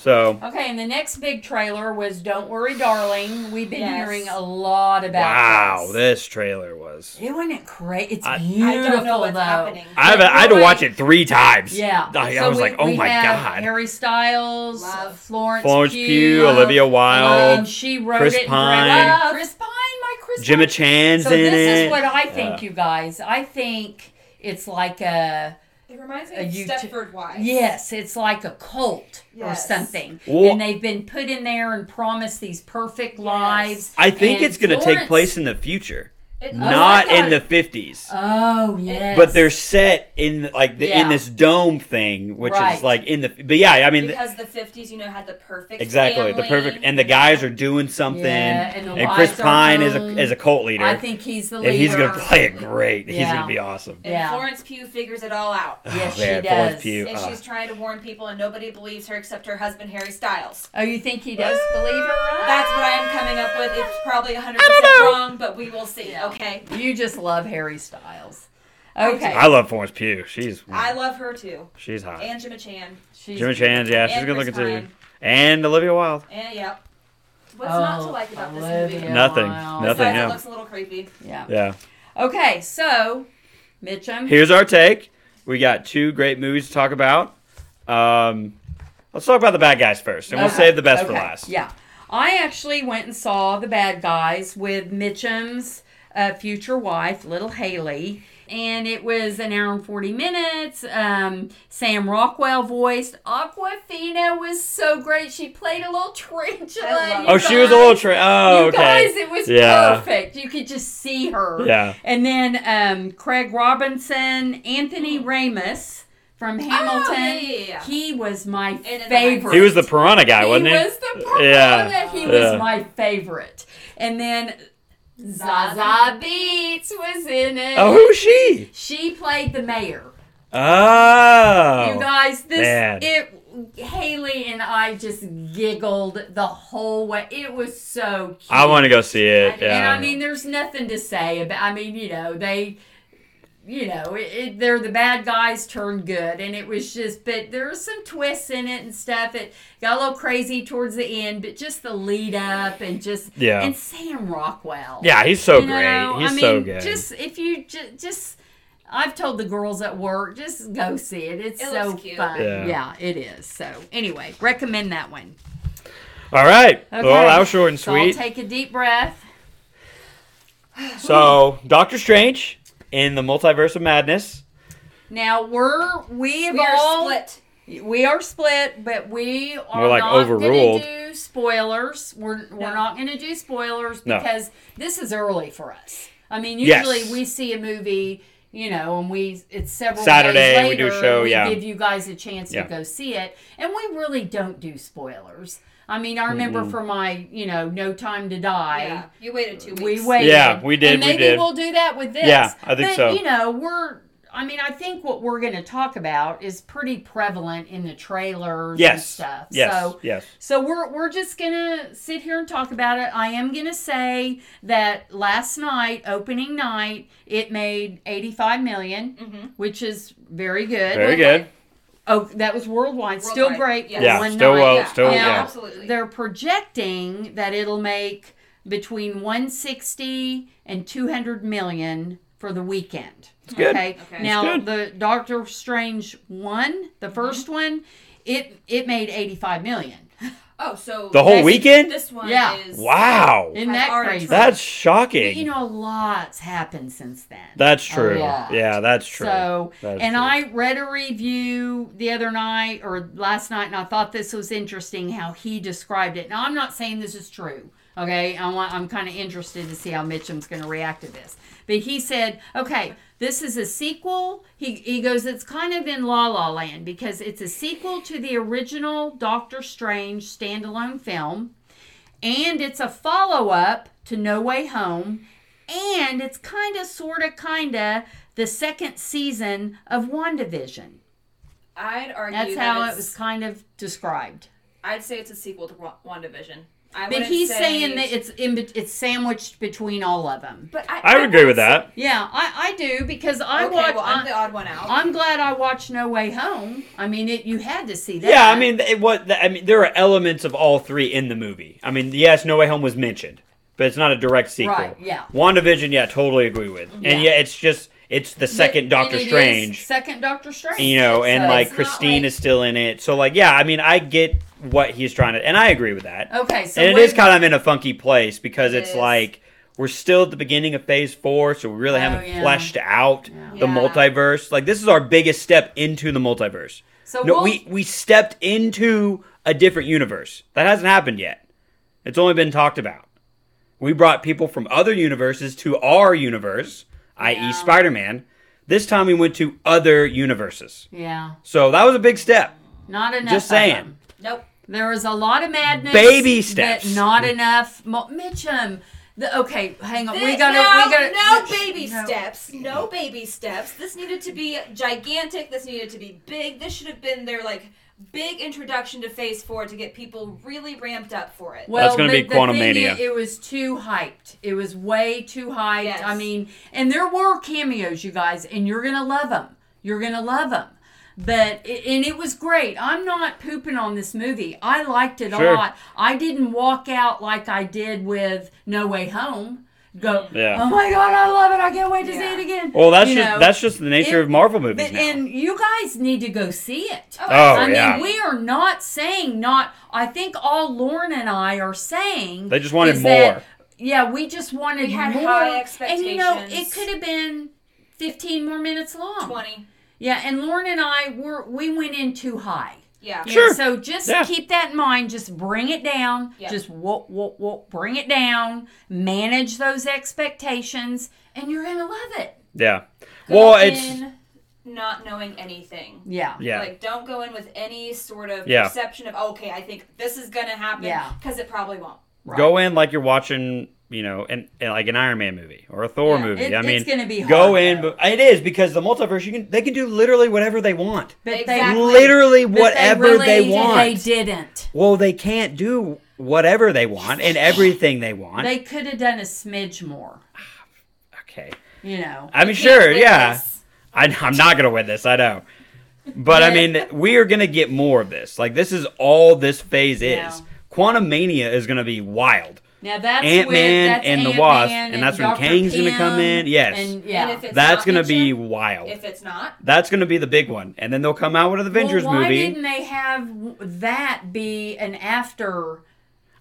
S2: So
S1: Okay, and the next big trailer was "Don't Worry, Darling." We've been
S3: Yes.
S1: hearing a lot about.
S2: wow,
S1: this.
S2: this trailer was.
S1: It wasn't great. It's
S2: I- I
S1: beautiful
S3: I don't know what's
S1: though.
S3: happening.
S2: I, have, I had to watch it three times.
S1: Yeah.
S2: I, I
S1: So
S2: was
S1: we-
S2: like, oh
S1: we
S2: my
S1: have
S2: god.
S1: Harry Styles, uh,
S3: Love.
S1: Florence,
S2: Florence Pugh, Olivia Wilde,
S1: and she wrote
S2: Chris
S1: it. and
S2: Pine.
S1: directed- Chris Pine, my Chris
S2: Jimmy
S1: Hemsworth.
S2: Chan's
S1: So
S2: in
S1: this
S2: it.
S1: is what I think, you guys. I think it's like a
S3: It reminds me
S1: Uh,
S3: of
S1: you t-
S3: Stepford Wives.
S1: yes, it's like a cult
S3: Yes.
S1: or something,
S2: Well-
S1: and they've been put in there and promised these perfect lives.
S2: I think
S1: And
S2: it's going to take
S1: Florence- Oh,
S2: place in the future,
S3: It-
S2: not
S1: I
S2: in
S1: thought-
S2: the 50s.
S1: Oh yes,
S2: but they're set in like the, in
S1: Yeah.
S2: this dome thing, which
S1: Right.
S2: is like in the. But yeah, I mean,
S3: because the 50s, you know, had the perfect
S2: exactly the
S3: family.
S2: perfect. And the guys are doing something,
S1: Yeah, and the
S2: and Chris
S1: wives are
S2: Pine is
S1: home.
S2: a is a cult leader,
S1: I think he's the leader.
S2: and he's gonna play it great. He's
S1: Yeah.
S2: gonna be awesome.
S3: And
S1: Yeah.
S3: Florence Pugh figures it all out.
S1: Yes,
S2: Oh, man,
S1: she
S2: Florence
S1: does.
S2: Pugh.
S3: And
S2: Ah.
S3: she's trying to warn people, and nobody believes her except her husband, Harry Styles.
S1: Oh, you think he does believe her?
S3: That's what I am coming up with. It's probably 100%
S2: know.
S3: wrong, but we will see,
S1: Yeah.
S3: okay?
S1: You just love Harry Styles.
S3: do.
S1: Okay,
S2: I love Florence Pugh. She's
S3: I love her too.
S2: she's hot.
S3: And Jimmy Chan.
S1: she's
S2: Jimmy Chan's, yeah, she's
S3: and
S2: good
S3: Chris
S2: looking too.
S3: Pine.
S2: And Olivia Wilde.
S3: And, yep. What's not to
S1: Oh,
S3: like about this
S1: Olivia.
S3: movie?
S2: Nothing.
S1: Wow.
S3: Besides,
S2: Nothing.
S3: it
S2: Yeah.
S3: looks a little creepy.
S1: Yeah.
S2: Yeah.
S1: Okay, so Mitchum.
S2: Here's our take. We got two great movies to talk about. Um, let's talk about the bad guys first, and we'll
S1: Okay.
S2: save the best for
S1: Okay,
S2: last.
S1: Yeah. I actually went and saw the bad guys with Mitchum's uh, future wife, little Haley, and it was an hour and 40 minutes. Um, Sam Rockwell voiced. Aquafina was so great. She played a little
S3: I
S1: tarantula.
S3: love
S1: you
S2: Oh, she was a
S1: guys.
S2: little tra- Oh,
S1: you
S2: okay.
S1: guys, it was
S2: Yeah.
S1: perfect. You could just see her.
S2: Yeah.
S1: And then um, Craig Robinson, Anthony Ramus from Hamilton.
S3: yeah, yeah, yeah.
S1: He was my
S3: in the
S1: favorite.
S3: Heights.
S2: He was the piranha guy,
S1: He
S2: wasn't he?
S1: was the piranha.
S2: Yeah.
S1: He was
S2: Yeah.
S1: my favorite. And then Zaza Beats was in it.
S2: oh, who's she?
S1: She played the mayor.
S2: Oh.
S1: You guys, this
S2: man.
S1: it Haley and I just giggled the whole way. It was so cute.
S2: I want to go see it.
S3: I-
S2: Yeah.
S1: And I mean, there's nothing to say about. I mean, you know, they, you know, it, it, they're the bad guys turned good, and it was just. But there was some twists in it and stuff. It got a little crazy towards the end, but just the lead up and just
S2: Yeah.
S1: and Sam Rockwell.
S2: yeah, he's so
S1: You
S2: great.
S1: know,
S2: he's
S1: I mean,
S2: so good.
S1: Just if you just, just I've told the girls at work, just go see it. It's
S3: It
S1: so
S3: looks cute.
S1: fun.
S2: Yeah.
S1: yeah, it is. So anyway, recommend that one.
S2: All right.
S1: Okay.
S2: Well, that was short and
S1: So I'll
S2: sweet.
S1: take a deep breath.
S2: So, Doctor Strange in the Multiverse of Madness.
S1: Now we're we've
S3: We are
S1: all
S3: split.
S1: We are split, but we are
S2: We're, like,
S1: not
S2: overruled.
S1: gonna do spoilers. We're we're
S3: No.
S1: not gonna do spoilers
S2: No.
S1: because this is early for us. I mean,
S2: Yes.
S1: usually we see a movie, you know, and we it's several
S2: Saturday,
S1: days later,
S2: we do a
S1: and
S2: show,
S1: We
S2: yeah.
S1: give you guys a chance
S2: Yeah.
S1: to go see it, and we really don't do spoilers. I mean, I remember for my you know No Time to Die.
S3: yeah. You waited two weeks.
S1: We waited.
S2: Yeah, we did,
S1: And
S2: we
S1: maybe
S2: did.
S1: will do that with this.
S2: Yeah, I think
S1: but,
S2: so.
S1: You know, we're. I mean, I think what we're going to talk about is pretty prevalent in the trailers and
S2: Yes.
S1: stuff.
S2: Yes.
S1: So,
S2: yes.
S1: so we're we're just gonna sit here and talk about it. I am gonna say that last night, opening night, it made eighty-five million,
S3: Mhm.
S1: which is very good.
S2: Very good.
S1: Oh, that was worldwide. Still
S3: Worldwide,
S1: great.
S3: yes.
S1: for
S2: Yeah,
S1: one
S2: still
S1: night.
S2: well,
S3: yeah.
S2: still
S3: Oh,
S1: yeah.
S3: Absolutely.
S1: They're projecting that it'll make between 160 and 200 million for the weekend.
S2: good.
S1: Okay.
S3: Okay. Mm-hmm.
S1: Now
S2: It's
S1: the Doctor Strange one, the 1st one, it it made 85 million.
S3: oh, so
S2: The whole
S1: That's-
S2: weekend?
S3: this one
S1: Yeah.
S3: is
S2: Wow.
S1: Isn't
S3: I've
S1: that
S3: already
S1: crazy?
S3: tried.
S2: That's shocking.
S1: But you know, a lot's happened since then.
S2: That's
S1: A
S2: true.
S1: lot.
S2: Yeah, that's true.
S1: Oh, So,
S2: That's
S1: and
S2: true.
S1: I read a review the other night or last night, and I thought this was interesting how he described it. Now, I'm not saying this is true. Okay, I want, I'm kind of interested to see how Mitchum's going to react to this. But he said, okay, this is a sequel. He, he goes, it's kind of in La La Land because it's a sequel to the original Doctor Strange standalone film, and it's a follow up to No Way Home, and it's kind of, sort of, kind of the second season of WandaVision.
S3: I'd argue
S1: That's
S3: that
S1: how it
S3: it's-
S1: was kind of described.
S3: I'd say it's a sequel to Wa- WandaVision. I
S1: But
S3: wouldn't
S1: he's
S3: say-
S1: saying that it's in, bet- it's sandwiched between all of them.
S3: But I,
S2: I would agree with that.
S1: Yeah, I, I do because I
S3: okay,
S1: watch.
S3: well, I'm
S1: I,
S3: the odd one out.
S1: I'm glad I watched No Way Home. I mean, it you had to see that.
S2: Yeah, I mean, it, what I mean, there are elements of all three in the movie. I mean, yes, No Way Home was mentioned, but it's not a direct sequel.
S1: Right, yeah.
S2: WandaVision, yeah, totally agree with,
S1: Yeah.
S2: and yeah, it's just it's the second
S1: But- and
S2: Doctor
S1: it is
S2: Strange,
S1: Second Doctor Strange.
S2: you know, and
S1: So
S2: like
S1: it's not
S2: Christine is still in it. So like, yeah, I mean, I get what he's trying to, and I agree with that.
S1: Okay, so
S2: and it
S1: what-
S2: is kind of in a funky place because
S3: It
S2: it's
S3: is.
S2: like We're still at the beginning of phase four, so we really
S1: Oh,
S2: haven't
S1: yeah.
S2: fleshed out
S1: Yeah.
S2: the
S3: Yeah.
S2: multiverse. Like this is our biggest step into the multiverse.
S1: So
S2: no,
S1: we'll-
S2: we we stepped into a different universe. That hasn't happened yet. It's only been talked about. We brought people from other universes to our universe,
S3: Yeah.
S2: i.e., Spider Man. This time we went to other universes.
S1: Yeah.
S2: So that was a big step.
S1: Not enough.
S2: Just
S1: of
S2: saying.
S1: them.
S3: Nope.
S1: There was a lot of madness.
S2: Baby
S1: but
S2: steps.
S1: not enough. Mo- Mitchum. The, okay, hang on. we
S3: This-
S1: gotta.
S3: no,
S1: we gotta.
S3: no baby
S1: no.
S3: steps. No baby steps. This needed to be gigantic. This needed to be big. This should have been their like big introduction to Phase Four to get people really ramped up for it.
S1: Well,
S2: That's gonna
S1: the- the
S2: be
S1: thing
S2: Quantumania.
S1: is, It was too hyped. It was way too hyped.
S3: Yes.
S1: I mean, and there were cameos, you guys, and you're gonna love them. You're gonna love them. But it, and it was great. I'm not pooping on this movie. I liked it
S2: Sure.
S1: a lot. I didn't walk out like I did with No Way Home. Go,
S2: Yeah.
S1: oh my god, I love it. I can't wait to see
S3: Yeah.
S1: it again.
S2: Well, that's
S1: You
S2: just
S1: know?
S2: that's just the nature
S1: it-
S2: of Marvel movies
S1: But
S2: now.
S1: and you guys need to go see it.
S3: Oh,
S1: I mean,
S2: yeah.
S1: we are not saying not. I think all Lauren and I are saying
S2: They just wanted
S1: is that-
S2: more.
S1: yeah, we just wanted
S3: We had
S1: more.
S3: high
S1: And you know, it
S3: expectations.
S1: could have been fifteen more minutes long.
S3: Twenty.
S1: Yeah, and Lauren and I were we went in too high.
S3: Yeah.
S1: Yeah,
S2: Sure.
S1: so just
S2: Yeah.
S1: keep that in mind. Just bring it down.
S3: Yeah.
S1: Just whoop, whoop, whoop. Bring it down. Manage those expectations, and you're gonna love it.
S2: yeah.
S3: Go
S2: well, it's
S3: in not knowing anything.
S1: Yeah.
S2: yeah.
S3: Like, don't go in with any sort of
S2: Yeah.
S3: perception of, okay, I think this is going to happen.
S1: Yeah.
S3: Because it probably won't.
S1: Right.
S2: Go in like you're watching, you know, an, an- like an Iron Man movie or a Thor
S3: Yeah,
S2: movie.
S1: it-
S2: I
S1: it's
S2: mean,
S1: gonna be
S2: go
S1: hard,
S2: in,
S1: though.
S2: but it is because the multiverse. You can they can do literally whatever they want,
S1: But
S3: Exactly.
S2: literally
S1: but
S2: whatever
S1: really
S2: they
S1: did-
S2: want.
S1: They didn't.
S2: Well, they can't do whatever they want and everything they want.
S1: They could have done a smidge more.
S2: okay,
S1: You know.
S2: I mean,
S3: Can't
S2: sure,
S3: win
S2: yeah.
S3: this.
S2: I, I'm not gonna win this. I know, but I mean, we are gonna get more of this. Like this is all this phase
S1: Yeah.
S2: is. Quantum Mania is gonna be wild.
S1: Now that's
S2: Ant-Man
S1: when- that's
S2: and the
S1: Ant-Man
S2: Wasp, and that's when
S1: Dr.
S2: Kang's gonna come
S1: Pym,
S2: in. Yes.
S1: and yeah.
S3: And if it's
S2: That's
S3: not
S2: gonna be
S3: Mitchum,
S2: wild.
S3: If it's not,
S2: That's going to be the big one. And then they'll come out with an Avengers
S1: well, why
S2: movie.
S1: didn't they have w- that be an after?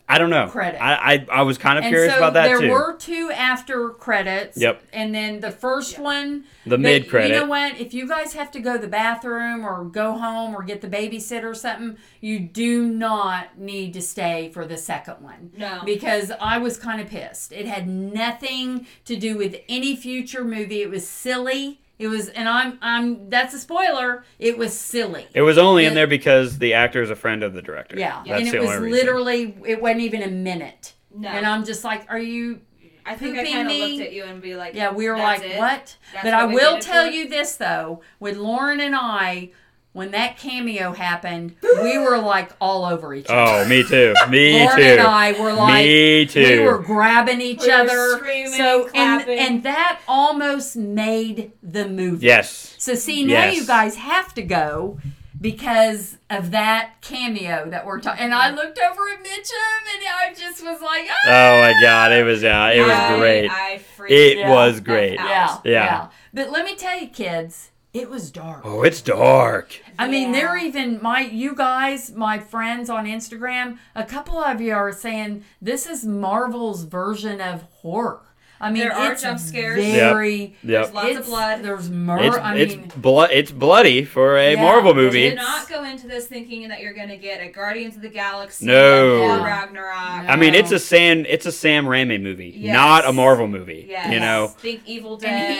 S2: I don't know.
S1: credit?
S2: I, I, I was kind of
S1: And
S2: curious
S1: so
S2: about that
S1: there
S2: too.
S1: were two after credits.
S2: Yep.
S1: And then the first one,
S2: The
S1: but
S2: mid-credit.
S1: You know what? If you guys have to go to the bathroom or go home or get the babysitter or something, you do not need to stay for the second one.
S3: No.
S1: Because I was kind of pissed. It had nothing to do with any future movie. It was silly. It was, and I'm, I'm. That's a spoiler. It was silly.
S2: it was only in
S1: it-
S2: there because the actor is a friend of the director.
S1: yeah.
S2: That's
S1: and it
S2: the
S1: was
S2: only reason.
S1: literally. It wasn't even a minute.
S3: No.
S1: And I'm just like, are you
S3: I think I
S1: Pooping
S3: kind of
S1: me.
S3: looked at you and be like,
S1: Yeah, we were
S3: "That's
S1: like,
S3: it?
S1: what? but
S3: That's what
S1: I
S3: we
S1: will
S3: did it
S1: tell
S3: for?"
S1: you this though, with Lauren and I, when that cameo happened, we were like all over each other.
S2: Oh, me too. Me
S1: Lauren
S2: too.
S1: and I were like
S2: me
S1: we
S2: too.
S1: were grabbing each
S3: We were
S1: other.
S3: screaming,
S1: so and
S3: clapping.
S1: and that almost made the movie.
S2: yes.
S1: So see now
S2: Yes.
S1: you guys have to go because of that cameo that we're talking. And I looked over at Mitchum and I just was like, "Ah!"
S2: Oh my God. It was, yeah, it
S3: I-
S2: was great.
S3: I freaked
S2: It
S1: Yeah.
S2: was great.
S3: Yeah.
S1: yeah,
S2: Yeah.
S1: But let me tell you, kids, it was dark.
S2: Oh, it's dark.
S1: I mean,
S3: Yeah.
S1: they're even my you guys, my friends on Instagram. A couple of you are saying this is Marvel's version of horror. I mean,
S3: There are
S1: it's
S3: jump scares.
S2: Yep.
S1: Very
S2: Yep.
S3: Lots of
S1: it's-
S3: blood.
S1: There's murder.
S2: It's,
S1: I
S2: it's,
S1: mean,
S2: blo- it's bloody for a
S1: Yeah,
S2: Marvel
S1: it
S2: movie.
S3: Did not go into this thinking that you're going to get a Guardians of the Galaxy,
S2: No.
S3: Thor
S1: Yeah.
S3: Ragnarok.
S2: I mean,
S1: No.
S2: it's a Sam, it's a Sam Raimi movie,
S3: Yes.
S2: not a Marvel movie.
S3: Yes.
S2: You know,
S3: think Evil
S1: And
S3: Dead.
S1: he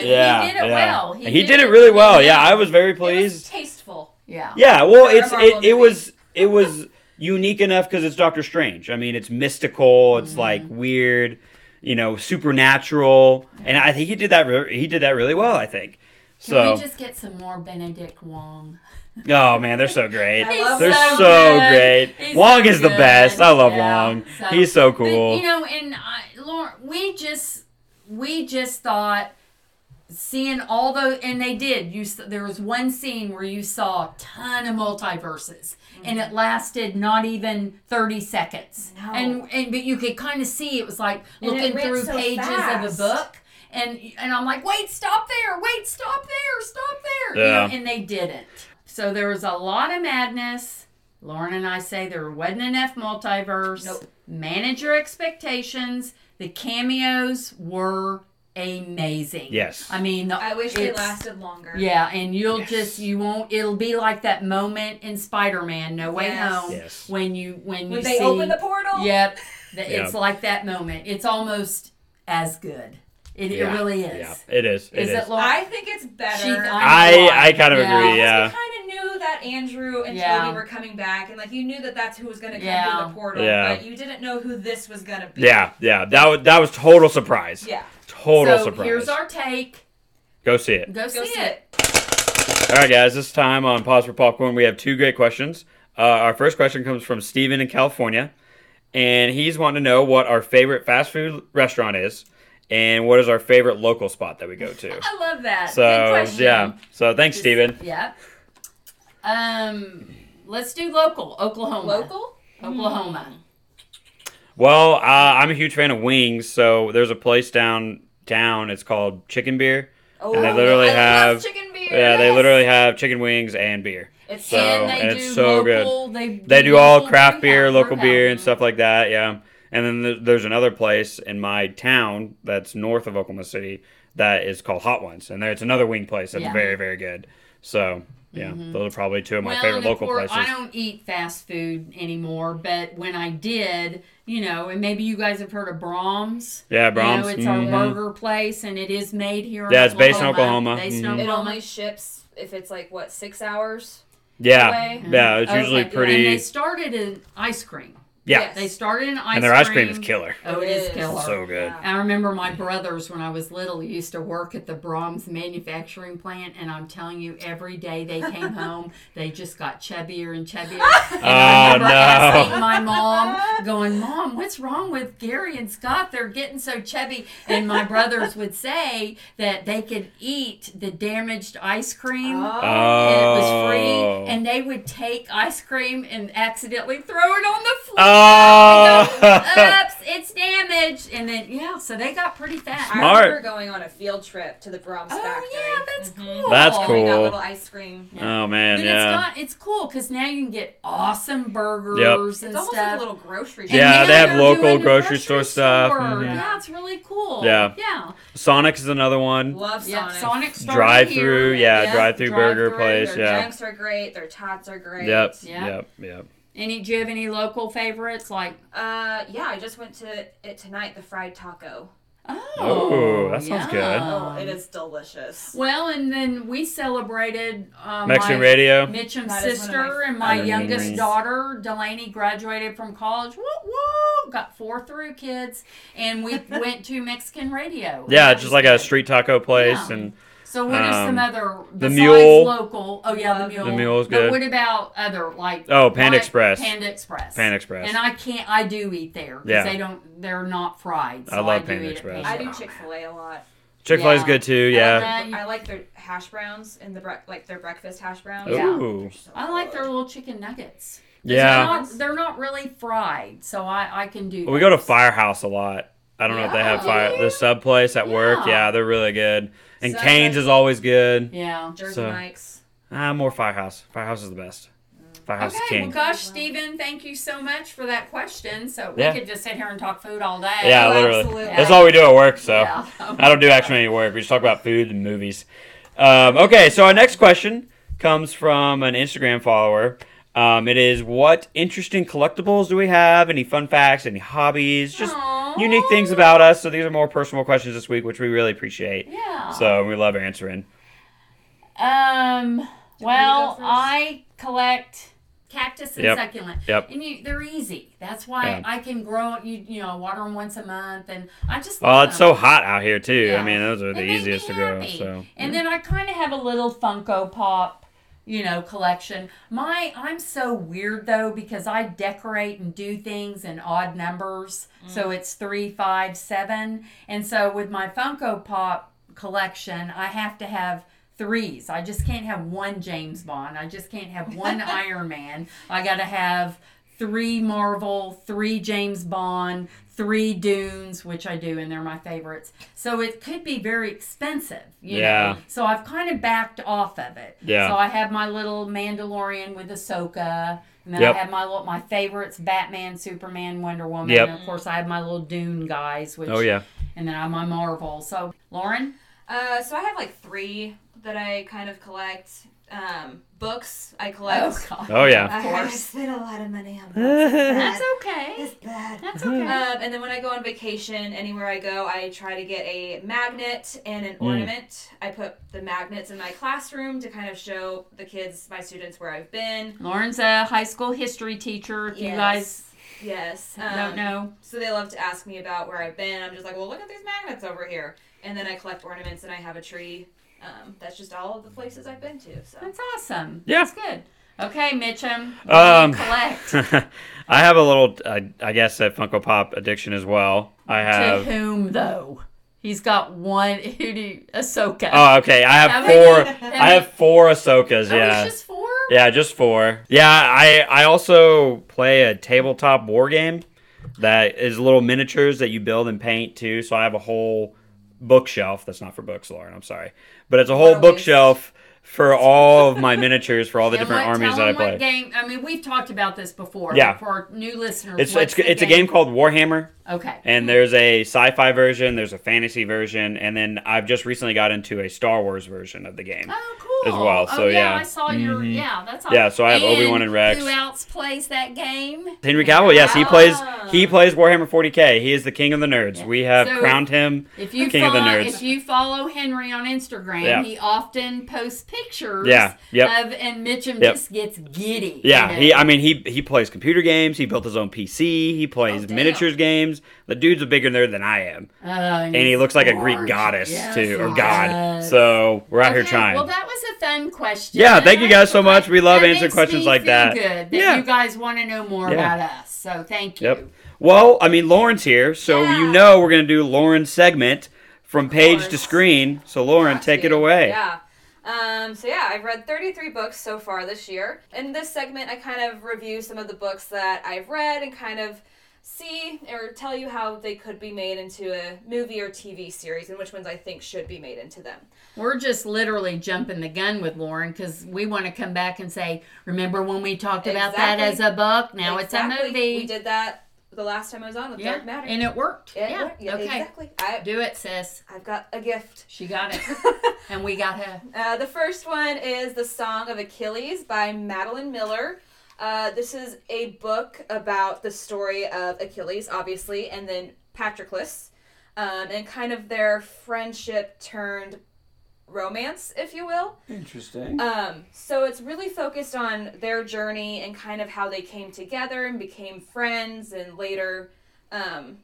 S1: did it well. He
S2: He,
S1: did it
S2: did, it really
S1: really
S2: well.
S1: well.
S2: Yeah, I was very
S3: It was
S2: pleased.
S3: tasteful.
S1: yeah.
S2: yeah, well,
S3: for a
S2: it's
S3: Marvel
S2: it, it
S3: movie.
S2: was it was unique enough because it's Doctor Strange. I mean, it's mystical.
S1: Mm-hmm.
S2: It's like weird, you know, supernatural, and I think he did that. Re- he did that really well. I think.
S1: Can
S2: So,
S1: we just get some more Benedict Wong?
S2: oh man, they're so great.
S3: I love
S2: They're so,
S3: so
S2: great.
S1: good. He's
S2: Wong
S1: so
S2: is the
S1: good.
S2: best. I love
S1: Yeah,
S2: Wong.
S1: so-
S2: He's so
S1: But,
S2: cool.
S1: you know, and I, Lauren, we just we just thought seeing all those, and they did. You s- there was one scene where you saw a ton of multiverses, and it lasted not even thirty seconds.
S3: No.
S1: And and but you could kind of see it was like
S3: And it
S1: looking
S3: went
S1: through
S3: so
S1: pages
S3: fast.
S1: of a book. And, and I'm like, wait, stop there, wait, stop there, stop there. You
S2: Yeah.
S1: know, and they didn't. So there was a lot of madness. Lauren and I say there wasn't enough multiverse.
S3: Nope.
S1: Manage your expectations. The cameos were amazing.
S2: Yes.
S1: I mean, the,
S3: I wish they
S1: it's-
S3: lasted longer.
S1: Yeah, and you'll
S2: Yes.
S1: just you won't. It'll be like that moment in Spider-Man: No Way
S3: Yes.
S1: Home
S2: Yes.
S1: when you when you
S3: When they
S1: see.
S3: open the portal.
S1: yep, th- it's
S2: Yeah.
S1: like that moment. It's almost as good. It,
S2: Yeah.
S1: it really is.
S2: Yeah, it is. It
S1: Is
S2: is.
S1: it long?
S3: I think it's better.
S1: She- I-
S2: I I kind of
S1: Yeah.
S2: agree. Yeah.
S3: kind of knew that Andrew and
S1: Yeah.
S3: Toby were coming back, and like you knew that that's who was going to come
S1: Yeah.
S3: through the portal,
S2: Yeah.
S3: but you didn't know who this was going to be.
S2: Yeah, yeah. That was that was total surprise.
S3: Yeah.
S2: Total
S1: so
S2: surprise.
S1: here's our take.
S2: Go see it.
S1: Go,
S3: Go
S1: see, it.
S2: All right, guys. This time on Pause for Popcorn, we have two great questions. Uh, our first question comes from Steven in California, and he's wanting to know what our favorite fast food restaurant is, and what is our favorite local spot that we go to.
S1: I love that. Good
S2: so
S1: question.
S2: yeah. So thanks, Steven.
S1: Yeah. Um, let's do local Oklahoma.
S3: Local?
S2: Hmm.
S1: Oklahoma.
S2: Well, uh, I'm a huge fan of wings, so there's a place downtown. It's called Chicken Beer.
S3: Oh,
S2: And they literally
S3: I
S2: have-
S3: love chicken beer.
S2: Yeah, they
S3: Yes.
S2: literally have chicken wings and beer.
S3: It's
S2: So-
S1: and
S3: in
S1: they
S2: and
S1: do
S2: it's so good.
S1: local, good. They,
S2: They do all
S1: local
S2: craft
S1: brew
S2: beer,
S1: house-
S2: local
S1: brew
S2: beer, and
S1: houses.
S2: stuff like that. Yeah. And then th- there's another place in my town that's north of Oklahoma City that is called Hot Ones, and there it's another wing place that's
S1: Yeah. Mm-hmm.
S2: very, very good. So yeah, those are probably two of my
S1: well,
S2: favorite
S1: and of
S2: local
S1: course,
S2: places.
S1: I don't eat fast food anymore, but when I did, you know, and maybe you guys have heard of Brahms.
S2: Yeah,
S1: You
S2: Brahms.
S1: know, it's
S2: mhm.
S1: our burger place, and it is made here. in
S2: Yeah, it's based in Oklahoma.
S1: Based in
S2: Mhm.
S3: It
S1: Oklahoma.
S3: only ships if it's like what six hours.
S2: yeah,
S3: way.
S2: yeah.
S1: Mm-hmm.
S2: It's
S1: Okay.
S2: usually pretty.
S1: And they
S2: Yeah,
S1: started in ice cream.
S3: Yes.
S1: They started in ice
S2: and their ice cream is killer.
S1: Oh, it is
S3: It is.
S1: killer.
S2: So good.
S3: Yeah.
S1: I remember my brothers when I was little used to work at the Brahms manufacturing plant, and I'm telling you, every day they came home, they just got chubbier and chubbier. And I
S2: Oh,
S1: remember
S2: no.
S1: asking my mom, going, "Mom, what's wrong with Gary and Scott? They're getting so chubby." And my brothers would say that they could eat the damaged ice cream. And Oh, it was
S2: Oh.
S1: free, and they would take ice cream and accidentally throw it on the floor.
S2: Oh,
S1: Oops, it's damaged. And then, yeah, so they got pretty fat.
S2: Smart.
S3: I remember going on a field trip to the Brahms factory.
S1: Oh, yeah, that's
S3: Mhm.
S1: cool.
S2: That's
S3: And
S2: cool.
S3: We got little ice cream.
S2: oh
S1: But
S2: man,
S1: it's
S2: yeah.
S1: not, it's cool because now you can get awesome burgers
S3: It's
S1: and
S3: almost like a
S1: stuff.
S3: little grocery.
S1: And
S3: shop.
S2: Yeah,
S1: now
S2: they have
S1: they're
S2: local
S1: doing the
S2: grocery store stuff. Mhm.
S1: Yeah. it's really cool.
S2: Yeah.
S1: Yeah.
S2: Sonic is another one.
S3: Love
S1: Yeah.
S3: Sonic.
S1: Sonic started
S2: Drive
S1: here.
S2: through, yeah, drive through burger
S1: drive-through.
S2: place,
S3: Their
S2: yeah.
S3: drinks are great. Their tots are great.
S2: Yep,
S1: Yeah.
S2: yep, yep.
S1: Any, do you have any local favorites? Like,
S3: Uh, yeah, I just went to it tonight. The fried taco.
S1: oh.
S2: Oh, that sounds good.
S3: Oh,
S1: yum.
S3: it is delicious.
S1: Well, and then we celebrated uh,
S2: Mexican
S1: my-
S2: radio.
S1: Mitchum's
S3: That is one of my
S1: sister and my
S2: favorite
S1: youngest
S2: memories.
S1: daughter, Delaney, graduated from college. Woo woo! Got four through kids, and we went to Mexican radio.
S2: Yeah,
S1: That
S2: just
S1: was
S2: like
S1: good.
S2: a street taco place,
S1: Yeah.
S2: and
S1: So, what are some
S2: um,
S1: other
S2: the
S1: besides
S2: Mule.
S1: local? Oh yeah, the
S3: The
S1: mule.
S2: Mule's
S1: But
S2: good.
S1: what about other like?
S2: oh,
S1: like
S2: Panda Express,
S1: Panda Express.
S2: Panda Express.
S1: And I can't. I do eat there because
S2: Yeah.
S1: they don't. They're not fried. So
S2: I love
S1: do
S2: Panda
S1: eat at
S2: Express.
S3: I
S1: Panda.
S3: do Chick Fil A a lot.
S2: Chick Fil A's
S1: yeah.
S2: good too. Yeah.
S1: Yeah, you-
S3: I like their hash browns and the bre- like their breakfast hash browns.
S1: Yeah.
S2: Ooh.
S3: So
S1: I like their
S3: good.
S1: little chicken nuggets. They're
S2: Yeah.
S1: not, they're not really fried, so I I can do.
S2: we go to
S1: those.
S2: Firehouse a lot. I don't know if they have
S1: Yeah.
S2: fire. The sub place at work.
S1: Yeah.
S2: Yeah, they're really good. And
S3: Sub
S2: Canes
S3: Place.
S2: is always good.
S1: Yeah.
S3: Jersey
S2: So-
S3: Mike's.
S2: Ah, more Firehouse. Firehouse is the best.
S1: Okay,
S2: Firehouse is
S1: well,
S2: king.
S1: gosh, Stephen, thank you so much for that question. So
S2: Yeah.
S1: we could just sit here and talk food all day.
S2: yeah,
S3: Oh,
S2: literally.
S3: absolutely.
S2: That's all we do at work. So.
S1: Yeah.
S2: I don't do actually any work. We just talk about food and movies. Um, okay, so our next question comes from an Instagram follower. Um, it is what interesting collectibles do we have? Any fun facts? Any hobbies? Just
S1: Aw.
S2: unique things about us. So these are more personal questions this week, which we really appreciate.
S1: Yeah.
S2: So we love answering.
S1: um.
S3: go
S1: Well,
S3: first?
S1: I collect cactus and
S2: Yep.
S1: succulent.
S2: Yep.
S1: And you, they're easy. That's why
S2: Yeah.
S1: I can grow. You you know, water them once a month, and I just.
S2: Well,
S1: love
S2: Oh, it's
S1: them.
S2: so hot out here too.
S1: Yeah.
S2: I mean, those are the
S1: They make me
S2: easiest to grow.
S1: happy.
S2: So
S1: And then I kind of have a little Funko Pop, you know, collection. My I'm so weird though because I decorate and do things in odd numbers,
S2: Mm.
S1: so it's three, five, seven, and so with my Funko Pop collection, I have to have. Threes. I just can't have one James Bond. I just can't have one Iron Man. I got to have three Marvel, three James Bond, three Dunes, which I do, and they're my favorites. So it could be very expensive, you
S2: Yeah.
S1: know. So I've kind of backed off of it.
S2: Yeah.
S1: So I have my little Mandalorian with Ahsoka, And then
S2: Yep.
S1: I have my little, my favorites: Batman, Superman, Wonder Woman.
S2: Yep.
S1: And of course, I have my little Dune guys. Which,
S2: Oh yeah.
S1: And then I have my Marvel. So Lauren,
S3: Uh, so I have like three that I kind of collect. Um, books I collect.
S1: God.
S2: Oh yeah.
S3: I, um,
S1: Of
S3: I
S1: course.
S3: spend a lot of money on books. It's
S1: that's
S3: bad.
S1: okay.
S3: It's bad.
S1: That's okay. Uh,
S3: Um, and then when I go on vacation, anywhere I go, I try to get a magnet and
S2: Mm.
S3: an ornament. I put the magnets in my classroom to kind of show the kids, my students, where I've been.
S1: Lauren's a high school history teacher. If you guys
S3: Yes. Um,
S1: don't know,
S3: So they love to ask me about where I've been. I'm just like, well, look at these magnets over here. And then I collect ornaments and I have a tree. Um, that's just all of the places I've been to. So
S1: that's awesome.
S2: Yeah.
S1: That's good. Okay, Mitchum. what do you
S2: Um,
S1: collect.
S2: I have a little, I, I guess, a Funko Pop addiction as well. I
S1: to
S2: have.
S1: whom though? He's got one. Who do you, Ahsoka?
S2: Oh, okay. I have
S1: How
S2: four.
S1: many? How
S2: I have four Ahsokas.
S1: Oh,
S2: Yeah.
S1: it's just four.
S2: Yeah, just four. Yeah, I I also play a tabletop war game that is little miniatures that you build and paint too. So I have a whole bookshelf. That's not for books, Lauren. I'm sorry, but it's a whole
S3: What a waste.
S2: bookshelf for all of my miniatures for all the
S1: And
S2: different
S1: what-
S2: armies
S1: tell
S2: that I
S1: them
S2: play.
S1: What game? I mean, we've talked about this before.
S2: Yeah.
S1: but For our new listeners,
S2: It's
S1: what's
S2: it's
S1: the
S2: it's a game called Warhammer.
S1: Okay.
S2: And there's a sci-fi version, there's a fantasy version, and then I've just recently got into a Star Wars version of the game.
S1: Oh,
S2: as
S1: cool.
S2: well,
S1: Oh,
S2: so, yeah.
S1: I saw your. Yeah, that's awesome.
S2: Yeah, so I have Obi-Wan and Rex.
S1: Who else plays that game?
S2: Henry Cavill, yes, he
S1: Wow.
S2: plays he plays Warhammer 40K. He is the king of the nerds.
S1: Yeah.
S2: We have
S1: So-
S2: crowned him.
S1: If you
S2: King of
S1: follow,
S2: the nerds.
S1: if you follow Henry on Instagram,
S2: Yeah.
S1: he often posts pictures.
S2: Yeah, yep.
S1: Of and Mitchum
S2: Yep.
S1: just gets giddy.
S2: Yeah,
S1: you
S2: he.
S1: know.
S2: I mean, he he plays computer games. He built his own PC. He plays
S1: Oh, damn.
S2: miniatures games. The dude's a bigger nerd than I am,
S1: Oh,
S2: and he
S1: he's
S2: looks like a Greek
S1: gorgeous.
S2: goddess
S1: Yes,
S2: too, or
S1: he
S2: god.
S1: does.
S2: So we're out here
S1: Okay,
S2: trying.
S1: Well, that was a fun question.
S2: Yeah, thank you guys so much. We love
S1: That
S2: answering
S1: makes
S2: questions
S1: me
S2: like
S1: feel
S2: that.
S1: Good that
S2: Yeah.
S1: you guys want to know more
S2: Yeah.
S1: about us. So thank you.
S2: Yep. Well, I mean, Lauren's here, so
S3: Yeah.
S2: you know we're gonna do Lauren's segment from page to
S3: course.
S2: screen. So Lauren,
S3: Got
S2: take
S3: to.
S2: it away.
S3: Yeah. Um, so yeah, I've read 33 books so far this year. In this segment, I kind of review some of the books that I've read and kind of see or tell you how they could be made into a movie or TV series and which ones I think should be made into them.
S1: We're just literally jumping the gun with Lauren because we want to come back and say, remember when we talked about that as
S3: Exactly.
S1: a book? Now it's a
S3: Exactly.
S1: movie.
S3: We did that the last time I was on with
S1: yeah.
S3: Dark Matter.
S1: And it worked.
S3: It
S1: yeah.
S3: worked. yeah,
S1: okay.
S3: exactly. I,
S1: Do it, sis.
S3: I've got a gift.
S1: She got it. and we got her.
S3: Uh, the first one is The Song of Achilles by Madeline Miller. Uh, this is a book about the story of Achilles, obviously, and then Patroclus, um, and kind of their friendship turned romance, if you will.
S2: Interesting.
S3: Um, so it's really focused on their journey and kind of how they came together and became friends, and later, um,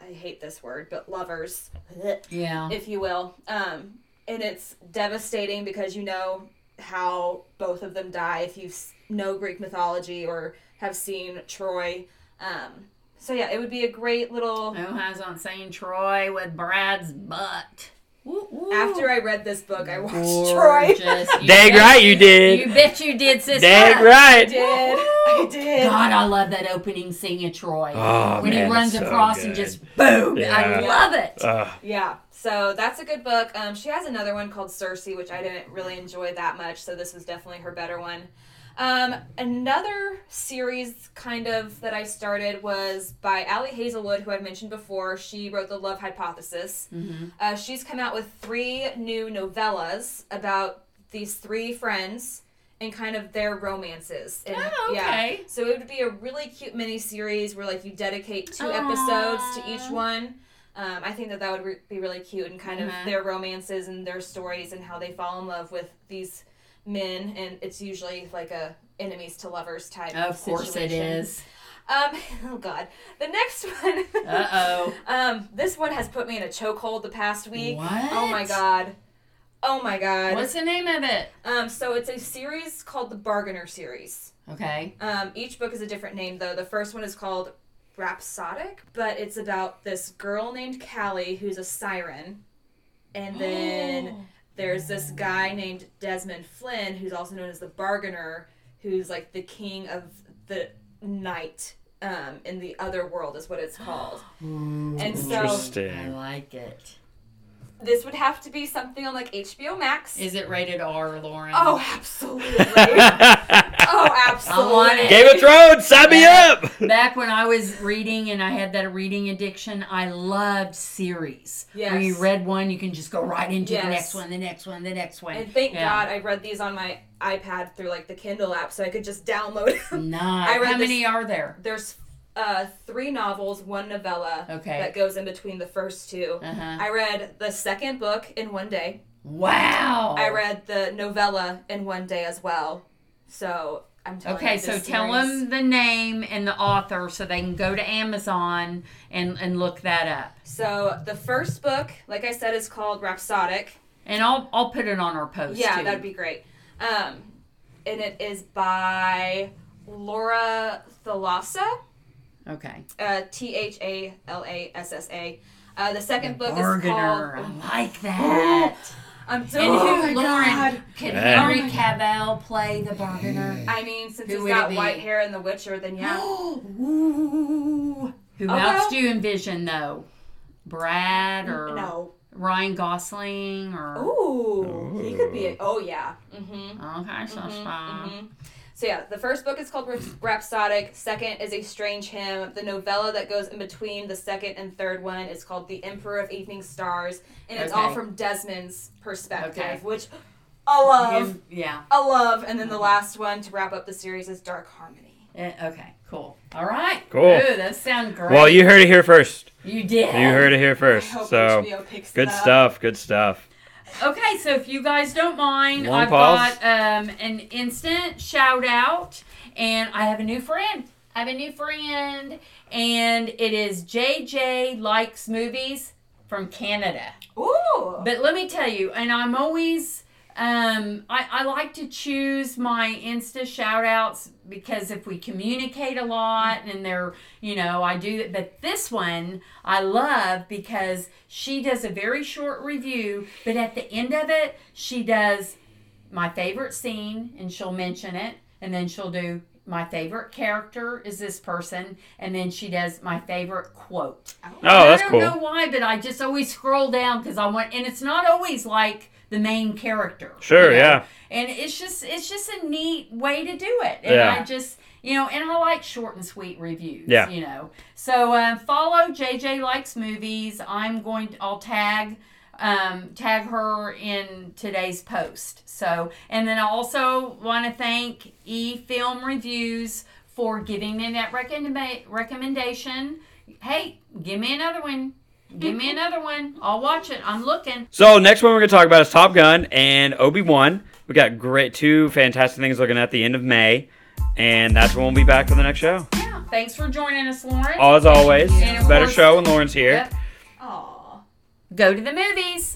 S3: I hate this word, but lovers. Blech
S1: Yeah.
S3: if you will. Um, and it's devastating because you know how both of them die if you s- know Greek mythology or have seen Troy. Um, so yeah, it would be a great little.
S1: No Oh, highs on St. Troy with Brad's butt. Woo, woo.
S3: After I read this book, I watched
S1: Gorgeous.
S3: Troy.
S1: You
S2: Dag
S1: bet-
S2: right, you did.
S1: You bet you did, sis.
S2: Dag
S3: I
S2: right.
S3: did. I did.
S1: God, I love that opening scene of Troy.
S2: Oh,
S1: when
S2: man,
S1: he runs
S2: it's so
S1: across and
S2: good.
S1: just boom.
S2: Yeah.
S1: I love it.
S2: Ugh.
S3: Yeah. So that's a good book. Um, she has another one called Circe, which I didn't really enjoy that much. So this was definitely her better one. Um, another series kind of that I started was by Allie Hazelwood, who I mentioned before. She wrote The Love Hypothesis.
S1: Mm-hmm.
S3: Uh, she's come out with three new novellas about these three friends and kind of their romances. And,
S1: Oh,
S3: yeah.
S1: okay.
S3: So it would be a really cute mini series where like you dedicate two
S1: Aw.
S3: episodes to each one. Um, I think that that would re- be really cute and kind of
S1: Mhm.
S3: their romances and their stories and how they fall in love with these men and it's usually like a enemies to lovers type.
S1: Of course it
S3: situation.
S1: is.
S3: Um, oh god, the next one.
S1: Uh oh.
S3: um, this one has put me in a chokehold the past week.
S1: What?
S3: Oh my god. Oh my god.
S1: What's the name of it?
S3: Um, so it's a series called the Bargainer series.
S1: Okay.
S3: Um, each book is a different name, though. The first one is called Rhapsodic, but it's about this girl named Callie who's a siren. And
S1: Oh.
S3: then there's this guy named Desmond Flynn, who's also known as the Bargainer, who's like the king of the night um, in the other world, is what it's called. and so
S2: Interesting.
S1: I like it.
S3: This would have to be something on like HBO Max.
S1: Is it rated R, Lauren?
S3: oh, absolutely. oh,
S2: Game
S3: absolutely.
S1: want it.
S2: of Thrones, sign me up.
S1: Back when I was reading and I had that reading addiction, I loved series. Where you
S3: Yes.
S1: read one, you can just go right into
S3: Yes.
S1: the next one, the next one, the next one.
S3: And thank
S1: Yeah.
S3: God I read these on my iPad through like the Kindle app, so I could just download them.
S1: Nice.
S3: I read
S1: How
S3: this-
S1: many are there?
S3: There's uh, three novels, one novella
S1: Okay.
S3: that goes in between the first two.
S1: Uh-huh.
S3: I read the second book in one day.
S1: Wow.
S3: I read the novella in one day as well. So I'm telling
S1: Okay,
S3: you,
S1: so
S3: this
S1: tell
S3: series-
S1: them the name and the author so they can go to Amazon and, and look that up.
S3: So the first book, like I said, is called Rhapsodic.
S1: And I'll I'll put it on our post.
S3: Yeah,
S1: too.
S3: that'd be great. Um, and it is by Laura Thalassa,
S1: okay.
S3: uh, T H A L A S S A. Uh, The second book is
S1: Bargainer,
S3: called.
S1: I like that.
S3: I'm so.
S1: and
S3: oh
S1: who,
S3: my
S1: Lauren,
S3: God.
S1: can
S2: Yeah.
S1: Henry Cavill play the bargainer?
S3: I mean, since
S1: Who
S3: he's
S1: would it
S3: got
S1: be?
S3: white hair in The Witcher, then yeah.
S1: Ooh. Who
S3: Okay.
S1: else do you envision though? Brad or
S3: no.
S1: Ryan Gosling or
S3: Ooh, he could be. A, oh yeah. Mm-hmm.
S1: okay, so it's fine.
S3: Mhm. So yeah, the first book is called Rhapsodic. Second is a strange hymn. The novella that goes in between the second and third one is called The Emperor of Evening Stars, and it's all
S1: Okay.
S3: from Desmond's perspective,
S1: Okay.
S3: which I love.
S1: You- yeah.
S3: I love. And then the last one to wrap up the series is Dark Harmony.
S1: Eh, okay. Cool. All right.
S2: Cool.
S1: Ooh, that sounds great.
S2: Well, you heard it here first.
S1: you did.
S2: You heard it here
S3: I
S2: first.
S3: hope
S2: So
S3: HBO picks
S2: good
S3: it up.
S2: stuff. Good stuff.
S1: Okay, so if you guys don't mind,
S2: One
S1: I've
S2: pause.
S1: got um, an instant shout out, and I have a new friend. I have a new friend, and it is JJ Likes Movies from Canada.
S3: Ooh.
S1: But let me tell you, and I'm always, um, I, I like to choose my Insta shout outs because if we communicate a lot and they're, you know, I do, but this one I love because she does a very short review, but at the end of it, she does my favorite scene and she'll mention it and then she'll do my favorite character is this person and then she does my favorite quote
S2: Oh,
S1: and
S2: that's
S1: I don't
S2: cool.
S1: know why, but I just always scroll down because I want, and it's not always like the main character.
S2: Sure,
S1: you know?
S2: yeah.
S1: And it's just it's just a neat way to do it, and
S2: Yeah.
S1: I just you know, and I like short and sweet reviews.
S2: Yeah.
S1: you know. So um, follow JJ likes movies. I'm going. To, I'll tag. Um, tag her in today's post. So, and then I also want to thank E Film Reviews for giving me that recommenda- recommendation. Hey, give me another one. Give me another one. I'll watch it. I'm looking.
S2: So next one we're gonna talk about is Top Gun and Obi Wan. We got great two fantastic things looking at the end of May, and that's when we'll be back for the next show.
S1: Yeah. Thanks for joining us, Lauren.
S2: As always,
S1: And of
S2: better
S1: course-
S2: show when Lauren's here.
S1: Yep.
S3: Aw.
S1: Go to the movies.